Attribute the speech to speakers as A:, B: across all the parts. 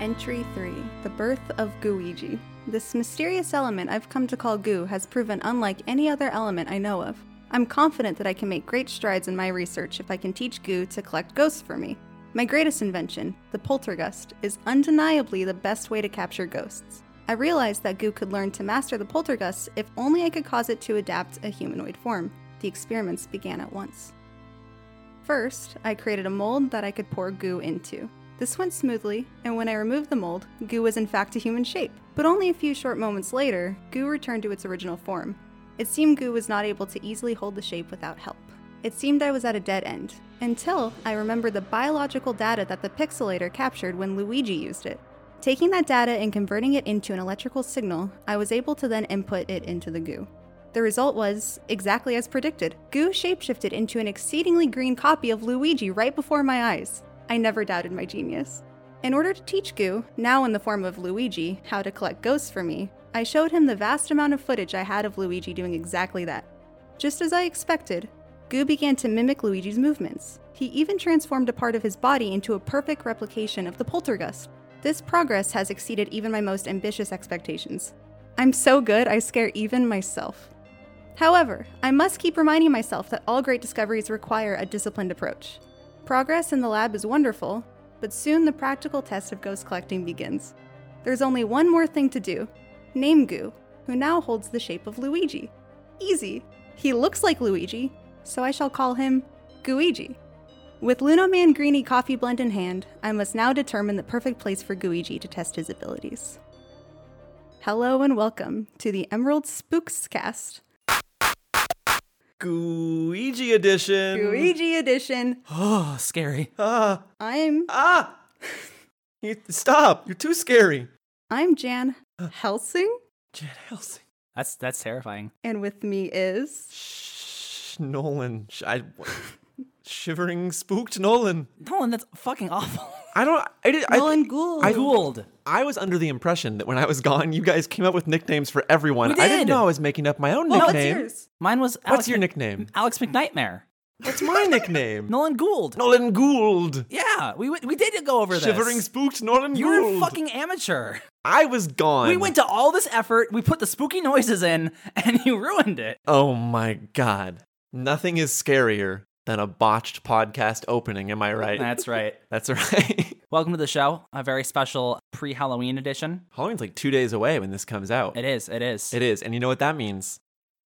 A: Entry 3 The Birth of Gooigi. This mysterious element I've come to call goo has proven unlike any other element I know of. I'm confident that I can make great strides in my research if I can teach goo to collect ghosts for me. My greatest invention, the poltergust, is undeniably the best way to capture ghosts. I realized that goo could learn to master the poltergust if only I could cause it to adapt a humanoid form. The experiments began at once. First, I created a mold that I could pour goo into. This went smoothly, and when I removed the mold, goo was in fact a human shape. But only a few short moments later, goo returned to its original form. It seemed goo was not able to easily hold the shape without help. It seemed I was at a dead end, until I remembered the biological data that the pixelator captured when Luigi used it. Taking that data and converting it into an electrical signal, I was able to then input it into the goo. The result was exactly as predicted. Goo shapeshifted into an exceedingly green copy of Luigi right before my eyes. I never doubted my genius. In order to teach Goo, now in the form of Luigi, how to collect ghosts for me, I showed him the vast amount of footage I had of Luigi doing exactly that. Just as I expected, Goo began to mimic Luigi's movements. He even transformed a part of his body into a perfect replication of the poltergust. This progress has exceeded even my most ambitious expectations. I'm so good, I scare even myself. However, I must keep reminding myself that all great discoveries require a disciplined approach. Progress in the lab is wonderful, but soon the practical test of ghost collecting begins. There's only one more thing to do name Goo, who now holds the shape of Luigi. Easy! He looks like Luigi, so I shall call him Gooigi. With Lunoman Greeny coffee blend in hand, I must now determine the perfect place for Gooigi to test his abilities. Hello and welcome to the Emerald Spooks cast,
B: Gooigi edition.
A: Gooigi edition.
C: Oh, scary.
B: Ah,
A: I'm
B: ah! You, stop! You're too scary.
A: I'm Jan Helsing,
B: Jan Helsing.
C: That's that's terrifying.
A: and with me is
B: Shh, Nolan. Sh- I, shivering, spooked Nolan.
C: Nolan, that's fucking awful.
B: I don't. I did. I,
A: Nolan Gould.
B: I-
C: Gould.
B: I was under the impression that when I was gone, you guys came up with nicknames for everyone.
C: We
B: I didn't
C: did.
B: know I was making up my own
A: What's
B: nickname.
A: yours?
C: Mine was Alex
B: What's your
C: Mc-
B: nickname?
C: Alex McNightmare.
B: What's my nickname?
C: Nolan Gould.
B: Nolan Gould.
C: Yeah, we went- we did go over this.
B: Shivering, spooked Nolan
C: You
B: Gould.
C: were a fucking amateur.
B: I was gone.
C: We went to all this effort. We put the spooky noises in, and you ruined it.
B: Oh my god. Nothing is scarier than a botched podcast opening, am I right?
C: That's right.
B: That's right.
C: Welcome to the show. A very special pre-Halloween edition.
B: Halloween's like two days away when this comes out.
C: It is. It is.
B: It is. And you know what that means?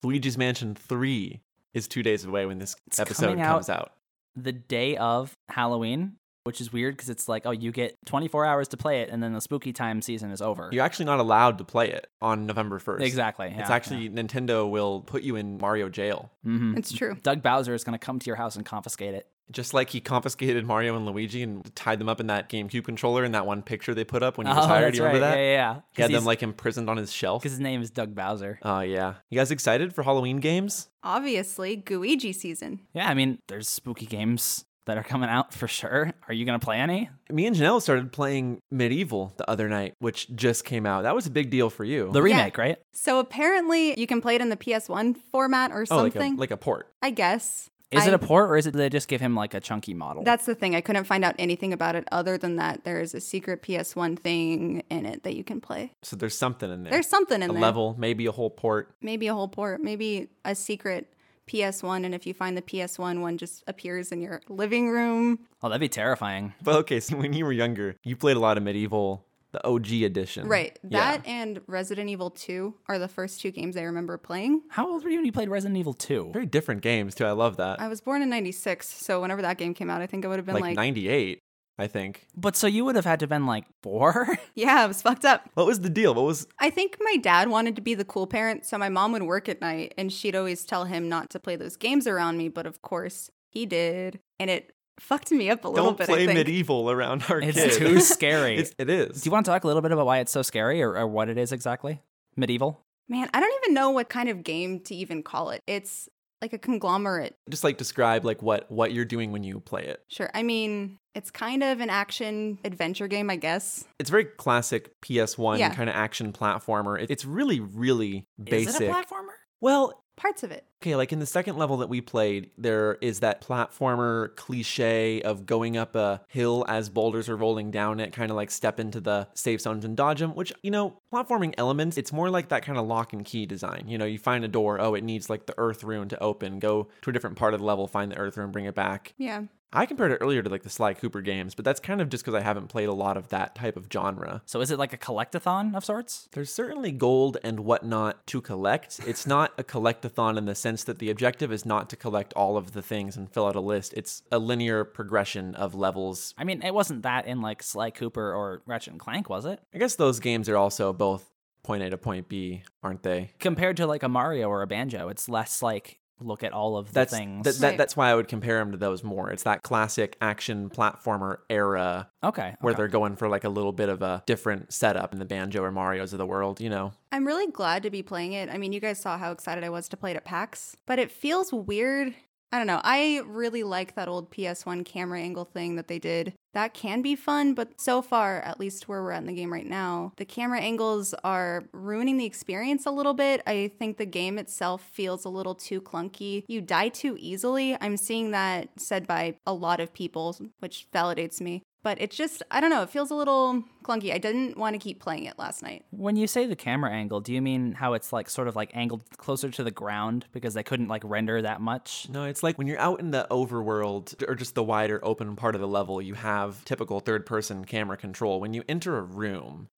B: Luigi's Mansion 3 is two days away when this
C: It's
B: episode
C: coming out-
B: comes out.
C: the day of Halloween, which is weird because it's like, oh, you get 24 hours to play it, and then the spooky time season is over.
B: You're actually not allowed to play it on November 1st.
C: Exactly.
B: it's
C: yeah,
B: actually, Nintendo will put you in Mario jail,
C: yeah. Mhm.
A: It's true.
C: Doug Bowser is going to come to your house and confiscate it.
B: just like he confiscated Mario and Luigi and tied them up in that GameCube controller in that one picture they put up when he was
C: oh,
B: hired.
C: that's
B: You
C: right.
B: remember that?
C: Yeah, yeah. yeah.
B: He had them like imprisoned on his shelf.
C: because his name is Doug Bowser.
B: Oh yeah. You guys excited for Halloween games?
A: Obviously, Gooigi season.
C: Yeah, I mean, there's spooky games that are coming out for sure. Are you going to play any?
B: Me and Janelle started playing Medieval the other night, which just came out. That was a big deal for you.
C: The remake, right?
A: So apparently, you can play it in the PS1 format or
B: oh, like a,
A: something.
B: like a port.
A: I guess.
C: Is
A: I-
C: it a port or is it they just give him like a chunky model?
A: That's the thing. I couldn't find out anything about it other than that there is a secret PS1 thing in it that you can play.
B: So there's something in there.
A: There's something in
B: a
A: there.
B: level, maybe a whole port.
A: Maybe a whole port. Maybe a secret PS1. And if you find the PS1, one just appears in your living room.
C: oh, that'd be terrifying.
B: But okay, so when you were younger, you played a lot of Medieval, the OG edition.
A: Right.
B: Uh-huh. Yeah.
A: That and Resident Evil 2 are the first two games I remember playing.
C: How old were you when you played Resident Evil 2?
B: Very different games too. I love that.
A: I was born in 96, so whenever that game came out, I think I would have been
B: like,
A: like,
B: 98, I think.
C: But so you would have had to have been like four?
A: yeah, I was fucked up.
B: What was the deal? What was
A: I think my dad wanted to be the cool parent, so my mom would work at night and she'd always tell him not to play those games around me, but of course he did. And it fucked me up a little
B: Don't
A: bit.
B: play
A: I think.
B: Medieval around our
C: it's
B: kids.
C: too scary.
B: It's- it is.
C: Do you want to talk a little bit about why it's so scary or, or what it is exactly? Medieval?
A: Man, I don't even know what kind of game to even call it. It's like a conglomerate.
B: Just like describe like what what you're doing when you play it.
A: Sure. I mean, it's kind of an action adventure game, I guess.
B: it's very classic PS1
A: Yeah.
B: kind of action platformer. It- It's really, really basic.
C: Is it a platformer?
B: well,
A: Parts of it.
B: Okay, like in the second level that we played, there is that platformer cliche of going up a hill as boulders are rolling down it, kind of like step into the safe zones and dodge them, which, you know, platforming elements, it's more like that kind of lock and key design. You know, you find a door, oh, it needs like the earth rune to open, go to a different part of the level, find the earth rune, bring it back.
A: Yeah.
B: I compared it earlier to like the Sly Cooper games, but that's kind of just because I haven't played a lot of that type of genre.
C: So is it like a collectathon of sorts?
B: There's certainly gold and whatnot to collect. It's not a collectathon in the sense that the objective is not to collect all of the things and fill out a list. It's a linear progression of levels.
C: I mean, it wasn't that in like Sly Cooper or Ratchet and Clank, was it?
B: I guess those games are also both point A to point B, aren't they?
C: Compared to like a Mario or a Banjo, it's less like look at all of the
B: That's
C: things.
B: that, that,
A: Right.
B: that's why I would compare them to those more. It's that classic action platformer era
C: okay.
B: where
C: okay.
B: they're going for like a little bit of a different setup in the Banjo or Mario's of the world, you know.
A: I'm really glad to be playing it. I mean, you guys saw how excited I was to play it at PAX, but it feels weird. I don't know. I really like that old PS1 camera angle thing that they did. That can be fun, but so far, at least where we're at in the game right now, the camera angles are ruining the experience a little bit. I think the game itself feels a little too clunky. You die too easily. I'm seeing that said by a lot of people, which validates me. But it's just, I don't know, it feels a little clunky. I didn't want to keep playing it last night.
C: When you say the camera angle, do you mean how it's like sort of like angled closer to the ground because they couldn't like render that much?
B: No, it's like when you're out in the overworld or just the wider open part of the level, you have typical third person camera control. When you enter a room,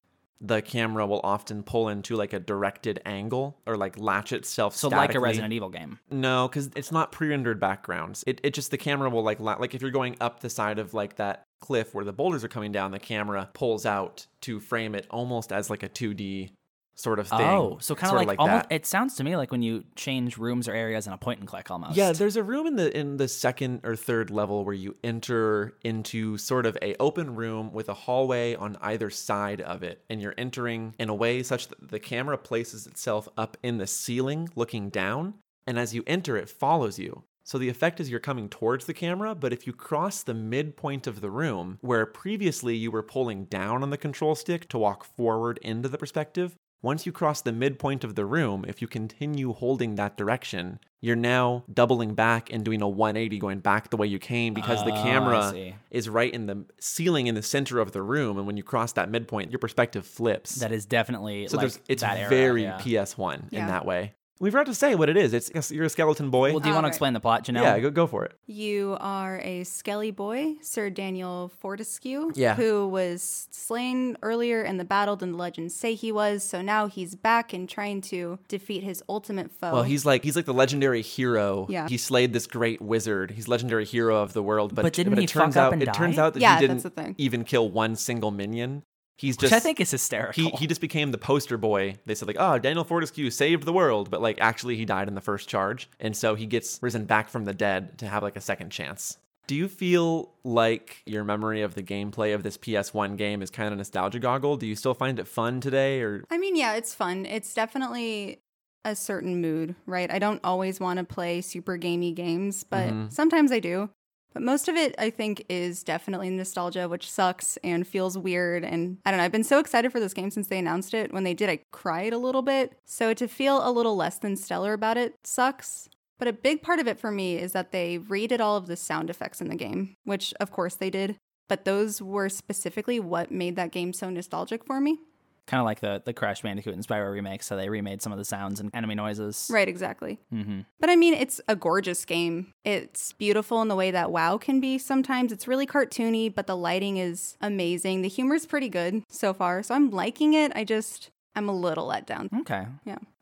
B: the camera will often pull into like a directed angle or like latch itself
C: So like a
B: statically.
C: Resident Evil game.
B: No, because it's not pre-rendered backgrounds. It, it just the camera will like la- like if you're going up the side of like that cliff where the boulders are coming down, the camera pulls out to frame it almost as like a 2D sort of thing.
C: Oh, so kind of
B: Sorta
C: like, almost.
B: that.
C: It sounds to me like when you change rooms or areas in a point and click almost.
B: Yeah, there's a room in the in the second or third level where you enter into sort of a open room with a hallway on either side of it, and you're entering in a way such that the camera places itself up in the ceiling, looking down, and as you enter, it follows you. So the effect is you're coming towards the camera, but if you cross the midpoint of the room, where previously you were pulling down on the control stick to walk forward into the perspective, once you cross the midpoint of the room, if you continue holding that direction, you're now doubling back and doing a 180 going back the way you came because the
C: Oh, I
B: camera
C: see.
B: is right in the ceiling in the center of the room and when you cross that midpoint, your perspective flips.
C: That is definitely
B: so
C: like
B: there's it's
C: that era,
B: very
C: yeah.
B: PS1 in
A: Yeah.
B: that way. We forgot to say what it is. It's you're a skeleton boy.
C: Well, do you
A: Oh,
C: want to
A: right.
C: explain the plot, Janelle?
B: yeah, go, go for it.
A: You are a skelly boy, Sir Daniel Fortescue,
B: Yeah.
A: who was slain earlier in the battle than the legends say he was. So now he's back and trying to defeat his ultimate foe.
B: Well, he's like he's like the legendary hero.
A: Oh. Yeah.
B: He slayed this great wizard. He's legendary hero of the world. But,
C: But didn't
B: it
C: he
B: turns
C: fuck up
B: out
C: and
B: it turns
C: die?
B: out that
A: Yeah,
B: he
A: that's
B: didn't
A: the thing.
B: even kill one single minion. He's
C: Which
B: just
C: I think is hysterical.
B: he he just became the poster boy. They said like, oh, Daniel Fortescue saved the world, but like actually he died in the first charge, and so he gets risen back from the dead to have like a second chance. Do you feel like your memory of the gameplay of this PS1 game is kind of nostalgia goggle? Do you still find it fun today, or
A: I mean, yeah, it's fun. It's definitely a certain mood, right? I don't always want to play super gamey games, but
B: Mhm.
A: sometimes I do. But most of it, I think, is definitely nostalgia, which sucks and feels weird. And I don't know, I've been so excited for this game since they announced it. When they did, I cried a little bit. So to feel a little less than stellar about it sucks. But a big part of it for me is that they redid all of the sound effects in the game, which of course they did. But those were specifically what made that game so nostalgic for me.
C: kind of like the the Crash Bandicoot and Spyro remake. So they remade some of the sounds and enemy noises.
A: Right, exactly.
C: Mm-hmm.
A: But I mean, it's a gorgeous game. It's beautiful in the way that WoW can be sometimes. It's really cartoony, but the lighting is amazing. The humor's pretty good so far, so I'm liking it. I just, I'm a little let down.
B: Hmm.
C: Okay.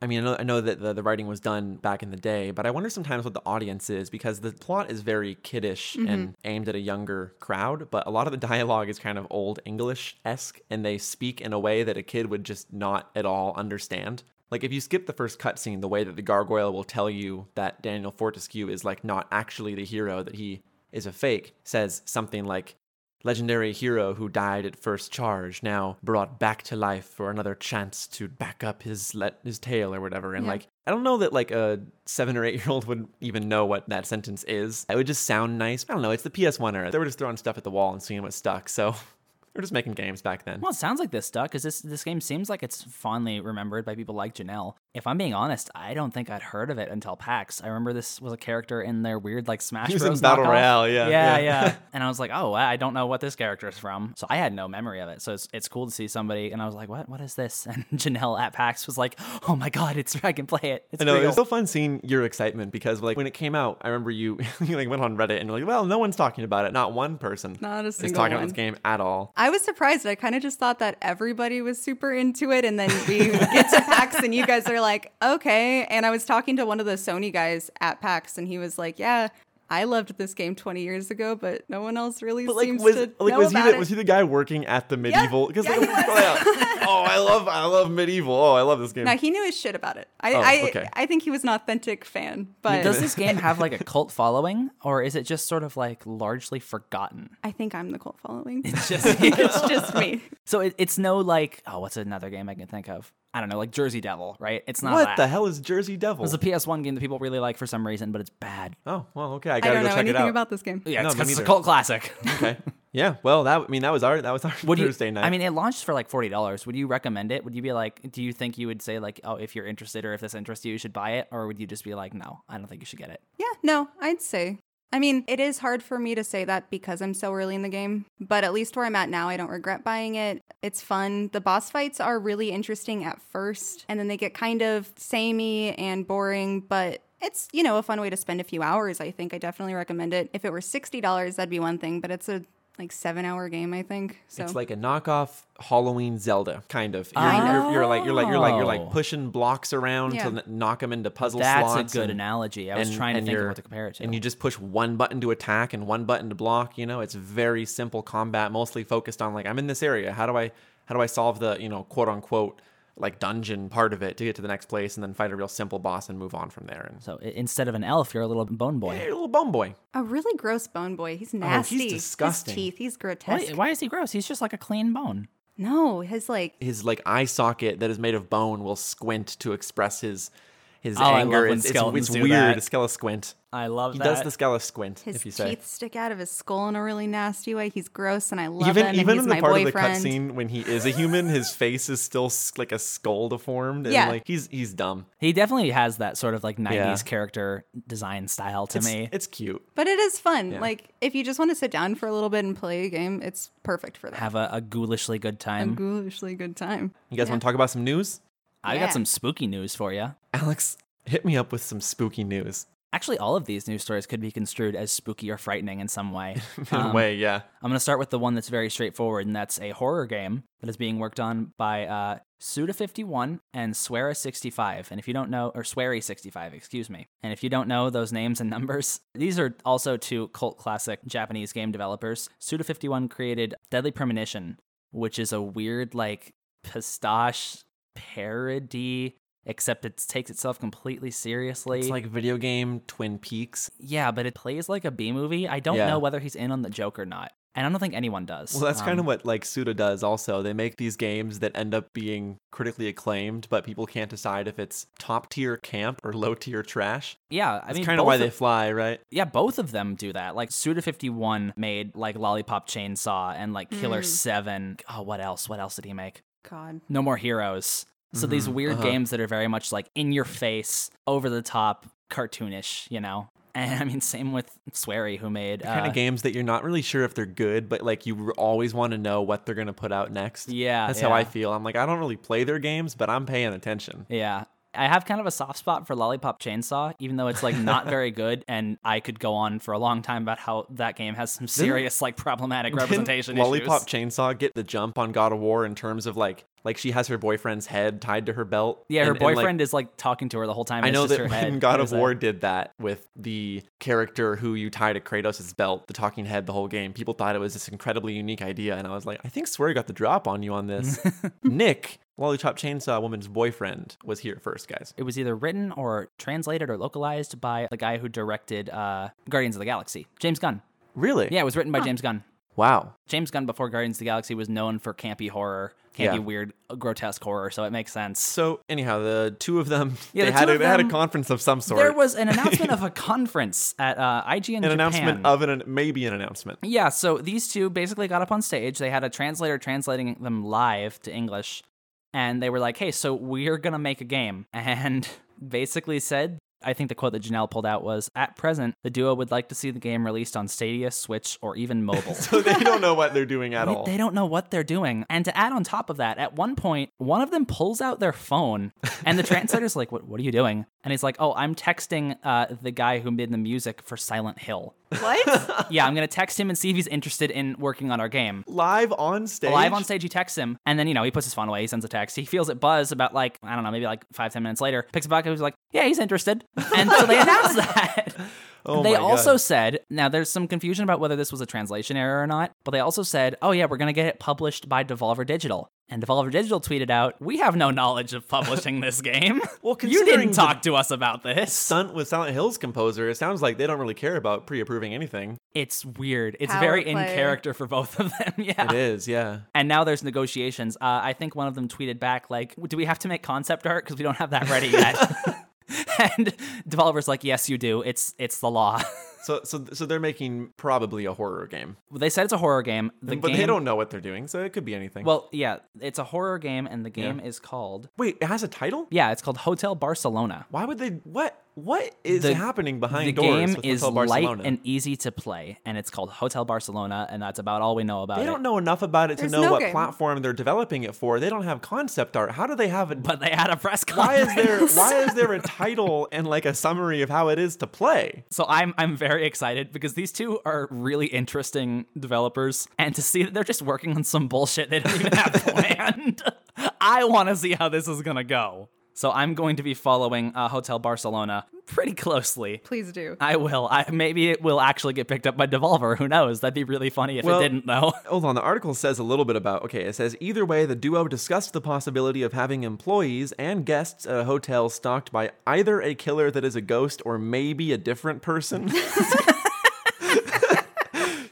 B: I mean, I know, I know that the, the writing was done back in the day, but I wonder sometimes what the audience is because the plot is very kiddish and aimed at a younger crowd, but a lot of the dialogue is kind of old English esque and they speak in a way that a kid would just not at all understand. Like, if you skip the first cutscene, the way that the gargoyle will tell you that Daniel Fortescue is like not actually the hero, that he is a fake, says something like, Legendary hero who died at first charge, now brought back to life for another chance to back up his let his tale or whatever. And
A: Yeah.
B: like, I don't know that like a seven or eight year old would even know what that sentence is. It would just sound nice. I don't know. It's the PS1 era. They were just throwing stuff at the wall and seeing what stuck. So We're just making games back then.
C: Well, it sounds like this stuck because this this game seems like it's fondly remembered by people like Janelle. If I'm being honest, I don't think I'd heard of it until PAX. I remember this was a character in their weird like Smash
B: He was in
C: Bros.
B: Battle
C: knockoff.
B: Royale, yeah,
C: yeah,
B: yeah.
C: yeah. and I was like, oh, I I don't know what this character is from, so I had no memory of it. So it's, it's cool to see somebody, and I was like, what, what is this? And Janelle at PAX was like, oh my god, it's I can play it. It's
B: I know it
C: real.
B: was so fun seeing your excitement because like when it came out, I remember you, you like went on Reddit and you're like, well, no one's talking about it. Not one person
A: Not a
B: is
A: single
B: talking about
A: one.
B: this game at all.
A: I was surprised. I kind of just thought that everybody was super into it. And then we get to PAX and you guys are like, okay. And I was talking to one of the Sony guys at PAX and he was like, yeah, I loved this game 20 years ago, but no one else really
B: But like
A: seems
B: was
A: to
B: like
A: know
B: was he
A: about
B: the,
A: it.
B: was he the guy working at the medieval? Because
A: yeah,
B: like,
A: he
B: what's going on? oh, I love I love medieval. Oh, I love this game.
A: now he knew his shit about it. I,
B: Oh,
A: I,
B: okay.
A: I think he was an authentic fan, but
C: Does this game have like a cult following, or is it just sort of like largely forgotten?
A: I think I'm the cult following.
C: Just
A: it's just me.
C: So it, it's no like oh, what's another game I can think of? I don't know, like Jersey Devil, right? It's not
B: what
C: that.
B: the hell is Jersey Devil?
C: It's a PS1 game that people really like for some reason, but it's bad.
B: oh, well, okay, I
A: I
B: gotta
A: don't
B: go
A: know
B: check it
A: anything
B: out. Oh,
A: about this game.
C: Yeah,
B: No,
C: it's,
B: me
C: 'cause it's a
B: neither.
C: cult classic.
B: okay, yeah. Well, that I mean that was our that was our
C: Would you,
B: Thursday night.
C: I mean, it launched for like forty dollars. Would you recommend it? Would you be like, do you think you would say like, oh, if you're interested or if this interests you, you should buy it, or would you just be like, no, I don't think you should get it?
A: Yeah, no, I'd say. I mean, it is hard for me to say that because I'm so early in the game, but at least where I'm at now, I don't regret buying it. It's fun. The boss fights are really interesting at first, and then they get kind of samey and boring, but it's, you know, a fun way to spend a few hours, I think. I definitely recommend it. If it were $60, that'd be one thing, but it's a like 7-hour game, I think. So
B: It's like a knockoff Halloween Zelda kind of. You're,
C: Kind
B: you're, you're like you're like you're like you're
C: Oh.
B: like pushing blocks around
A: Yeah.
B: to n- knock them into puzzle
C: That's
B: slots.
C: a good
B: and-
C: analogy. I was
B: and-
C: trying to
B: and
C: think of
B: you're-
C: what to compare it to.
B: And you just push one button to attack and one button to block. You know, it's very simple combat, mostly focused on like I'm in this area. How do I how do I solve the you know quote unquote like dungeon part of it to get to the next place and then fight a real simple boss and move on from there. And so,
C: so i- instead of an elf, you're a little bone boy.
B: hey, little bone boy.
A: a really gross bone boy. He's nasty.
B: Oh, disgusting.
A: His teeth, he's
C: Why,
A: grotesque.
C: why is he gross? He's just like a clean bone.
A: No, his like
B: his like eye socket that is made of bone will squint to express his his
C: Oh, I love
B: anger.
C: when
B: It's, it's,
C: skeletons
B: it's
C: do
B: weird.
C: that.
B: Skele squint.
C: I love
B: He does
C: that.
B: the skele squint.
A: His
B: if you
A: teeth
B: say.
A: stick out of his skull in a really nasty way. He's gross, and I love
B: Even
A: him.
B: even
A: and he's
B: in the
A: my
B: part
A: boyfriend.
B: of the cutscene when he is a human, his face is still s- like a skull deformed, and
A: Yeah.
B: like he's he's dumb.
C: He definitely has that sort of like 90s
B: Yeah.
C: character design style to
B: It's,
C: me.
B: it's cute.
A: but it is fun.
B: Yeah.
A: Like if you just want to sit down for a little bit and play a game, it's perfect for that.
C: Have a, a ghoulishly good
A: A
C: time.
A: ghoulishly good time.
B: You guys
A: Yeah.
B: want to talk about some news?
C: I
A: Yeah.
C: got some spooky news for you.
B: Alex, hit me up with some spooky news.
C: Actually, all of these news stories could be construed as spooky or frightening in some way.
B: In a
C: Um,
B: way, yeah.
C: I'm going to start with the one that's very straightforward, and that's a horror game that is being worked on by uh, Suda51 and Sweara65. And if you don't know, or Sweary65, excuse me. And if you don't know those names and numbers, these are also two cult classic Japanese game developers. Suda51 created Deadly Premonition, which is a weird, like, pistache parody, except it takes itself completely seriously.
B: It's like video game Twin Peaks.
C: Yeah, but it plays like a B movie. I don't
B: Yeah.
C: know whether he's in on the joke or not. And I don't think anyone does.
B: Well, that's kind
C: Um,
B: of what like Suda does also. They make these games that end up being critically acclaimed, but people can't decide if it's top tier camp or low tier trash.
C: Yeah, I
B: That's
C: mean,
B: kind of why
C: both
B: they fly, right?
C: Yeah, both of them do that. Like Suda51 made like Lollipop Chainsaw and like Killer
A: Mm.
C: 7. Oh, what else? What else did he make?
A: God,
C: No More Heroes. So these
B: Mhm,
C: weird
B: uh-huh.
C: games that are very much like in your face, over the top, cartoonish, you know? And I mean, same with Swery, who made.
B: The kind
C: uh,
B: of games that you're not really sure if they're good, but like you r- always want to know what they're gonna put out next.
C: Yeah.
B: that's how I
C: yeah.
B: feel. I'm like I don't really play their games, but I'm paying attention.
C: Yeah. I have kind of a soft spot for Lollipop Chainsaw, even though it's like not very good, and I could go on for a long time about how that game has some serious like problematic representation
B: Didn't Lollipop
C: issues.
B: Chainsaw get the jump on God of War in terms of like like she has her boyfriend's head tied to her belt.
C: yeah, her
B: and- and, like,
C: boyfriend is like talking to her the whole time.
B: I
C: and
B: know
C: it's just
B: that
C: her
B: when
C: head.
B: God
C: It
B: of
C: was like-
B: War did that with the character who you tie to Kratos' belt, the talking head, the whole game, people thought it was this incredibly unique idea. And I was like, I think Swear got the drop on you on this. Nick, Lollipop Chainsaw Woman's boyfriend, was here first, guys.
C: it was either written or translated or localized by the guy who directed uh, Guardians of the Galaxy, James Gunn.
B: Really?
C: Yeah, it was written by James Gunn.
B: Wow.
C: James Gunn before Guardians of the Galaxy was known for campy horror, campy
B: Yeah.
C: weird, grotesque horror, so it makes sense.
B: So anyhow, the two of them
C: Yeah,
B: they
C: the
B: had
C: two
B: a,
C: of
B: they had a
C: them-
B: conference of some sort.
C: There was an announcement of a conference at uh, IGN
B: an
C: Japan.
B: announcement of an maybe an announcement.
C: Yeah, so these two basically got up on stage. They had a translator translating them live to English. And they were like, hey, so we're going to make a game. And basically said, I think the quote that Janelle pulled out was At present, the duo would like to see the game released on Stadia, Switch, or even mobile.
B: So they don't know what they're doing at
C: They-
B: all.
C: They don't know what they're doing. And to add on top of that, at one point, one of them pulls out their phone and the translator's like, what, what are you doing? And he's like, Oh, I'm texting uh, the guy who made the music for Silent Hill.
A: What?
C: yeah, I'm going to text him and see if he's interested in working on our game.
B: Live on stage.
C: Live on stage, he texts him, and then you know he puts his phone away. He sends a text. He feels it buzz about like I don't know, maybe like five ten minutes later. Picks it back up. He's like, yeah, he's interested, and so they announced that.
B: Oh
C: they
B: my God.
C: also said now there's some confusion about whether this was a translation error or not, but they also said, oh yeah, we're gonna get it published by Devolver Digital. And Devolver Digital tweeted out, "We have no knowledge of publishing this game.
B: Well,
C: you
B: considering
C: didn't
B: the-
C: talk to us about this.
B: stunt with Silent Hill's composer. It sounds like they don't really care about pre-approving anything.
C: It's weird. It's
A: Power
C: very
A: play.
C: in character for both of them. Yeah,
B: It is, yeah.
C: And now there's negotiations. Uh, I think one of them tweeted back, like, do we have to make concept art? Because we don't have that ready yet. and developers like, yes, you do. It's it's the law.
B: So so so they're making probably a horror game.
C: they said it's a horror game. The
B: but
C: game,
B: they don't know what they're doing, so it could be anything.
C: Well, yeah, it's a horror game, and the game is called
B: wait, it has a title?
C: yeah, it's called Hotel Barcelona.
B: Why would they what what is
C: The-
B: happening behind
C: the
B: doors
C: game
B: with
C: is
B: Hotel
C: light
B: Barcelona?
C: and easy to play, and it's called Hotel Barcelona, and that's about all we know about
B: they
C: it.
B: don't know enough about it to
A: There's
B: know
A: no
B: what
A: game.
B: platform they're developing it for. They don't have concept art. How do they have it?
C: but they had a press
B: Why
C: conference.
B: is there why is there a title and like a summary of how it is to play?
C: So I'm I'm very excited because these two are really interesting developers, and to see that they're just working on some bullshit they don't even have planned. I want to see how this is gonna go. So I'm going to be following uh, Hotel Barcelona pretty closely.
A: Please do.
C: I will. I maybe it will actually get picked up by Devolver. Who knows? That'd be really funny if
B: Well-
C: it didn't though.
B: Hold on, the article says a little bit about okay, it says either way, the duo discussed the possibility of having employees and guests at a hotel stalked by either a killer that is a ghost or maybe a different person.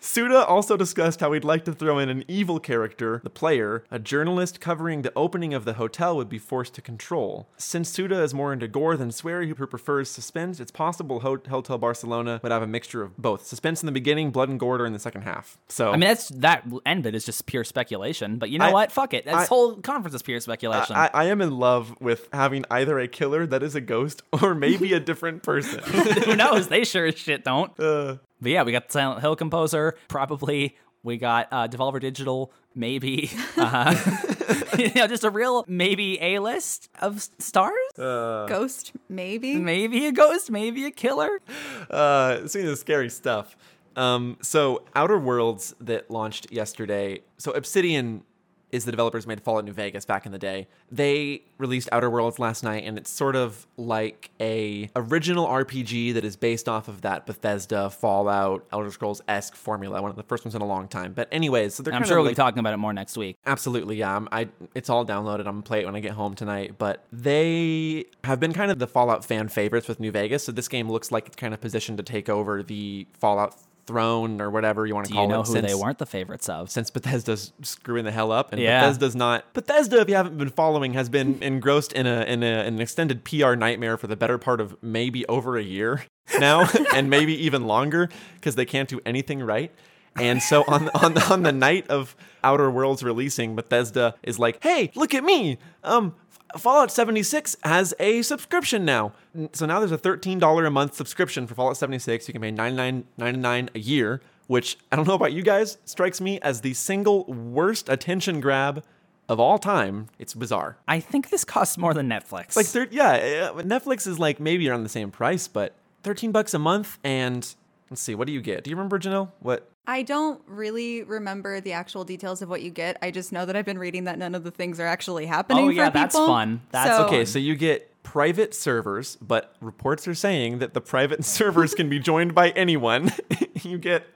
B: Suda also discussed how he'd like to throw in an evil character, the player, a journalist covering the opening of the hotel would be forced to control. Since Suda is more into gore than Swery, who prefers suspense, it's possible Ho- Hotel Barcelona would have a mixture of both suspense in the beginning, blood and gore during the second half. So,
C: I mean, that's that end bit is just pure speculation. But you know
B: I-
C: what? Fuck it. This
B: I-
C: whole conference is pure speculation.
B: I, I am in love with having either a killer that is a ghost or maybe a different person.
C: Who knows? They sure as shit don't.
B: Uh,
C: But yeah, we got Silent Hill composer, probably. We got uh, Devolver Digital, maybe. Uh, you know, just a real maybe A list of s- stars.
B: Uh.
A: Ghost, maybe?
C: Maybe a ghost, maybe a killer.
B: uh, seeing the scary stuff. Um, so Outer Worlds that launched yesterday. So Obsidian is the developers made Fallout New Vegas back in the day. They released Outer Worlds last night, and it's sort of like a original RPG that is based off of that Bethesda Fallout Elder Scrolls esque formula. One of the first ones in a long time. But anyways, so they're
C: I'm
B: kind
C: sure
B: of
C: we'll
B: like-
C: be talking about it more next week.
B: Absolutely, yeah. I'm, I it's all downloaded. I'm gonna play it when I get home tonight. But they have been kind of the Fallout fan favorites with New Vegas, so this game looks like it's kind of positioned to take over the Fallout throne or whatever you want to
C: Do
B: call
C: you know
B: it.
C: who
B: since,
C: they weren't the favorites of?
B: Since Bethesda's screwing the hell up, and
C: Yeah.
B: Bethesda's not Bethesda. If you haven't been following, has been engrossed in a in, a, an extended PR nightmare for the better part of maybe over a year now, and maybe even longer because they can't do anything right. And so on on on the night of Outer Worlds releasing, Bethesda is like, "Hey, look at me! Um, F- Fallout 76 has a subscription now. N- So now there's a $13 a month subscription for Fallout 76. You can pay 99.99 a year, which I don't know about you guys, strikes me as the single worst attention grab of all time. It's bizarre.
C: I think this costs more than Netflix.
B: Like, thir- yeah, uh, Netflix is like maybe around the same price, but 13 bucks a month and let's see, what do you get? Do you remember Janelle? What?
A: I don't really remember the actual details of what you get. I just know that I've been reading that none of the things are actually happening.
C: Oh,
A: for
C: yeah, that's
A: people.
C: fun. That's
A: so,
B: Okay, so you get private servers, but reports are saying that the private servers can be joined by anyone. you get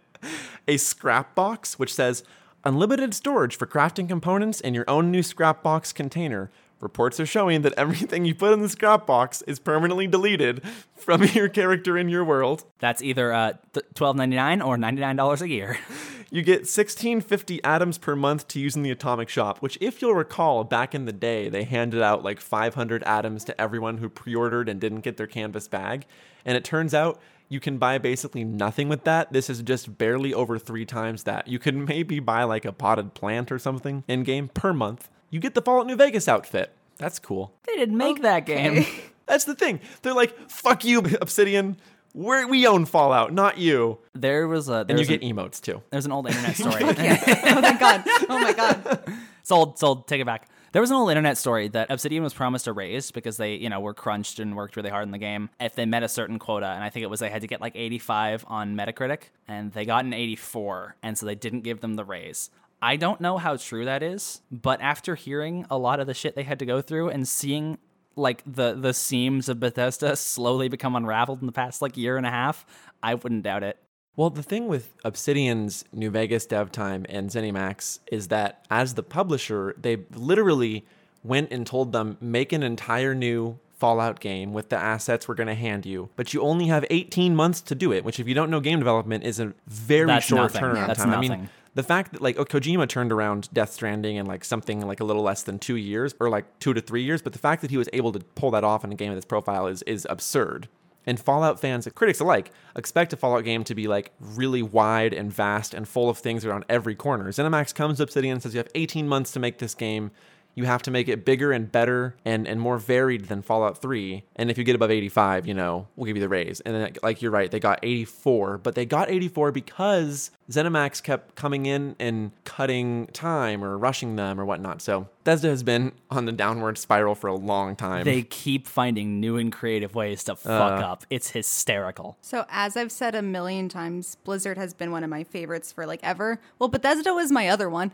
B: a scrap box which says unlimited storage for crafting components in your own new scrap box container. Reports are showing that everything you put in the scrap box is permanently deleted from your character in your world.
C: That's either uh, th- $12.99 or $99 a year.
B: You get 1650 atoms per month to use in the atomic shop, which, if you'll recall, back in the day, they handed out like 500 atoms to everyone who pre ordered and didn't get their canvas bag. And it turns out you can buy basically nothing with that. This is just barely over three times that. You can maybe buy like a potted plant or something in game per month. You get the Fallout New Vegas outfit. That's cool.
C: They didn't make that game.
B: That's the thing. They're like, fuck you, Obsidian. We're, we own Fallout, not you.
C: There was a
B: And
C: there's
B: you get
C: an,
B: emotes too.
C: there's an old internet story.
A: oh my god. Oh my god.
C: sold, sold. Take it back. There was an old internet story that Obsidian was promised a raise because they, you know, were crunched and worked really hard in the game if they met a certain quota. And I think it was they had to get like 85 on Metacritic, and they got an 84, and so they didn't give them the raise. I don't know how true that is, but after hearing a lot of the shit they had to go through and seeing like the the seams of Bethesda slowly become unraveled in the past like year and a half, I wouldn't doubt it.
B: Well, the thing with Obsidian's New Vegas dev time and ZeniMax is that as the publisher, they literally went and told them make an entire new Fallout game with the assets we're going to hand you, but you only have 18 months to do it, which if you don't know game development is a very
C: That's
B: short
C: nothing.
B: turnaround
C: That's
B: time. I
C: nothing.
B: mean, the fact that like oh, Kojima turned around Death Stranding in like something like a little less than two years or like two to three years, but the fact that he was able to pull that off in a game of this profile is is absurd. And Fallout fans and critics alike expect a Fallout game to be like really wide and vast and full of things around every corner. ZeniMax comes to Obsidian and says you have 18 months to make this game. You have to make it bigger and better and, and more varied than Fallout 3. And if you get above 85, you know, we'll give you the raise. And then, like, you're right, they got 84, but they got 84 because ZeniMax kept coming in and cutting time or rushing them or whatnot. So Bethesda has been on the downward spiral for a long time.
C: They keep finding new and creative ways to
A: Uh.
C: fuck up. It's hysterical.
A: So as I've said a million times, Blizzard has been one of my favorites for like ever. Well, Bethesda was my other one.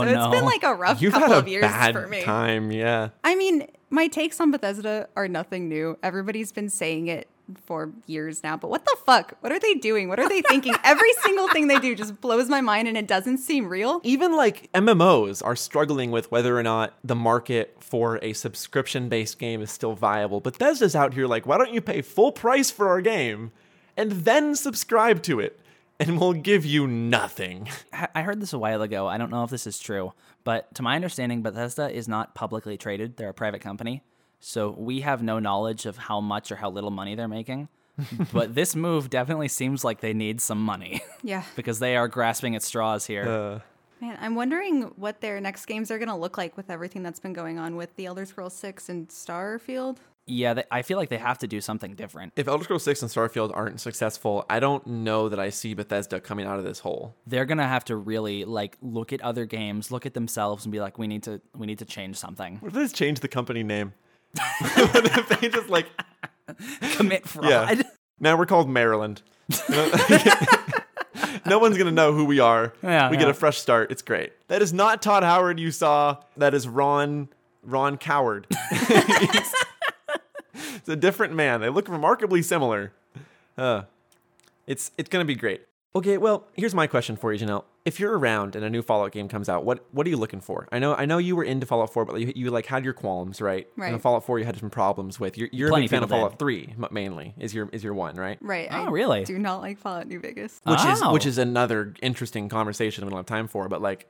A: so
C: no.
A: it's been like a rough
B: You've
A: couple
B: had a
A: of years
B: bad
A: for me.
B: time, yeah.
A: I mean, my takes on Bethesda are nothing new. Everybody's been saying it for years now, but what the fuck? What are they doing? What are they thinking? Every single thing they do just blows my mind and it doesn't seem real.
B: Even like MMOs are struggling with whether or not the market for a subscription based game is still viable. But Bethesda's out here like, why don't you pay full price for our game and then subscribe to it? And we'll give you nothing.
C: I I heard this a while ago. I don't know if this is true, but to my understanding, Bethesda is not publicly traded. They're a private company. So we have no knowledge of how much or how little money they're making. but this move definitely seems like they need some money
A: Yeah.
C: because they are grasping at straws here.
B: Uh,
A: Man, I'm wondering what their next games are going to look like with everything that's been going on with The Elder Scrolls 6 and Starfield.
C: yeah, they, I feel like they have to do something different.
B: If Elder Scrolls 6 and Starfield aren't successful, I don't know that I see Bethesda coming out of this hole.
C: They're going to have to really like look at other games, look at themselves and be like we need to we need to change something.
B: What if they just change the company name? what if they just like,
C: Commit fraud.
B: yeah. Now we're called Maryland. no one's gonna know who we are.
C: Yeah,
B: we get
C: yeah.
B: a fresh start. It's great. That is not Todd Howard you saw. That is Ron Ron Coward. it's, it's a different man. They look remarkably similar. Uh, it's it's gonna be great. Okay, well, here's my question for you, Janelle. If you're around and a new Fallout game comes out, what what are you looking for? I know I know you were into Fallout 4, but you, you like had your qualms, right?
A: Right.
B: And Fallout 4, you had some problems with. You're, you're a
C: Plenty
B: big fan of
C: of people
B: Fallout 3 m- mainly. Is your is your one right?
A: Right.
C: Oh,
A: I
C: really?
A: Do not like Fallout New Vegas.
B: which is
C: Oh.
B: which is another interesting conversation we don't have time for. But like,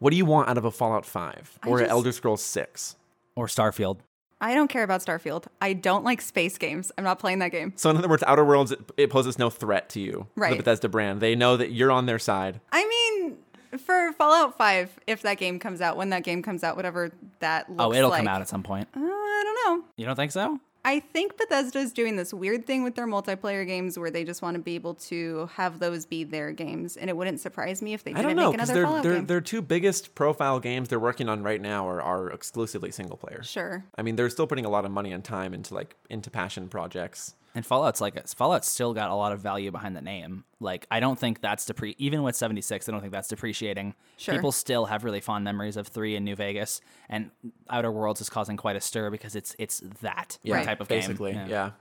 B: what do you want out of a Fallout Five or an
A: just-
B: Elder Scrolls Six?
C: Or Starfield.
A: I don't care about Starfield. I don't like space games. I'm not playing that game.
B: So in other words, Outer Worlds it, it poses no threat to you,
A: Right.
B: The Bethesda brand. They know that you're on their side.
A: I mean, for Fallout 5, if that game comes out, when that game comes out, whatever that looks
C: Oh, it'll
A: like.
C: come out at some point.
A: Uh, I don't know.
C: You don't think so?
A: I think Bethesda's doing this weird thing with their multiplayer games where they just want to be able to have those be their games, and it wouldn't surprise me if they
B: I
A: didn't
B: don't know
A: make
B: because
A: another
B: their
A: Fallout
B: their
A: game.
B: their two biggest profile games they're working on right now are, are exclusively single player.
A: Sure.
B: I mean, they're still putting a lot of money and time into like into passion projects.
C: And Fallout's like Fallout's still got a lot of value behind the name. Like I don't think that's depre even with 76, I don't think that's depreciating.
A: Sure.
C: People still have really fond memories of 3 in New Vegas and Outer Worlds is causing quite a stir because it's it's that
A: Right.
C: type of
B: basically,
C: game.
B: yeah.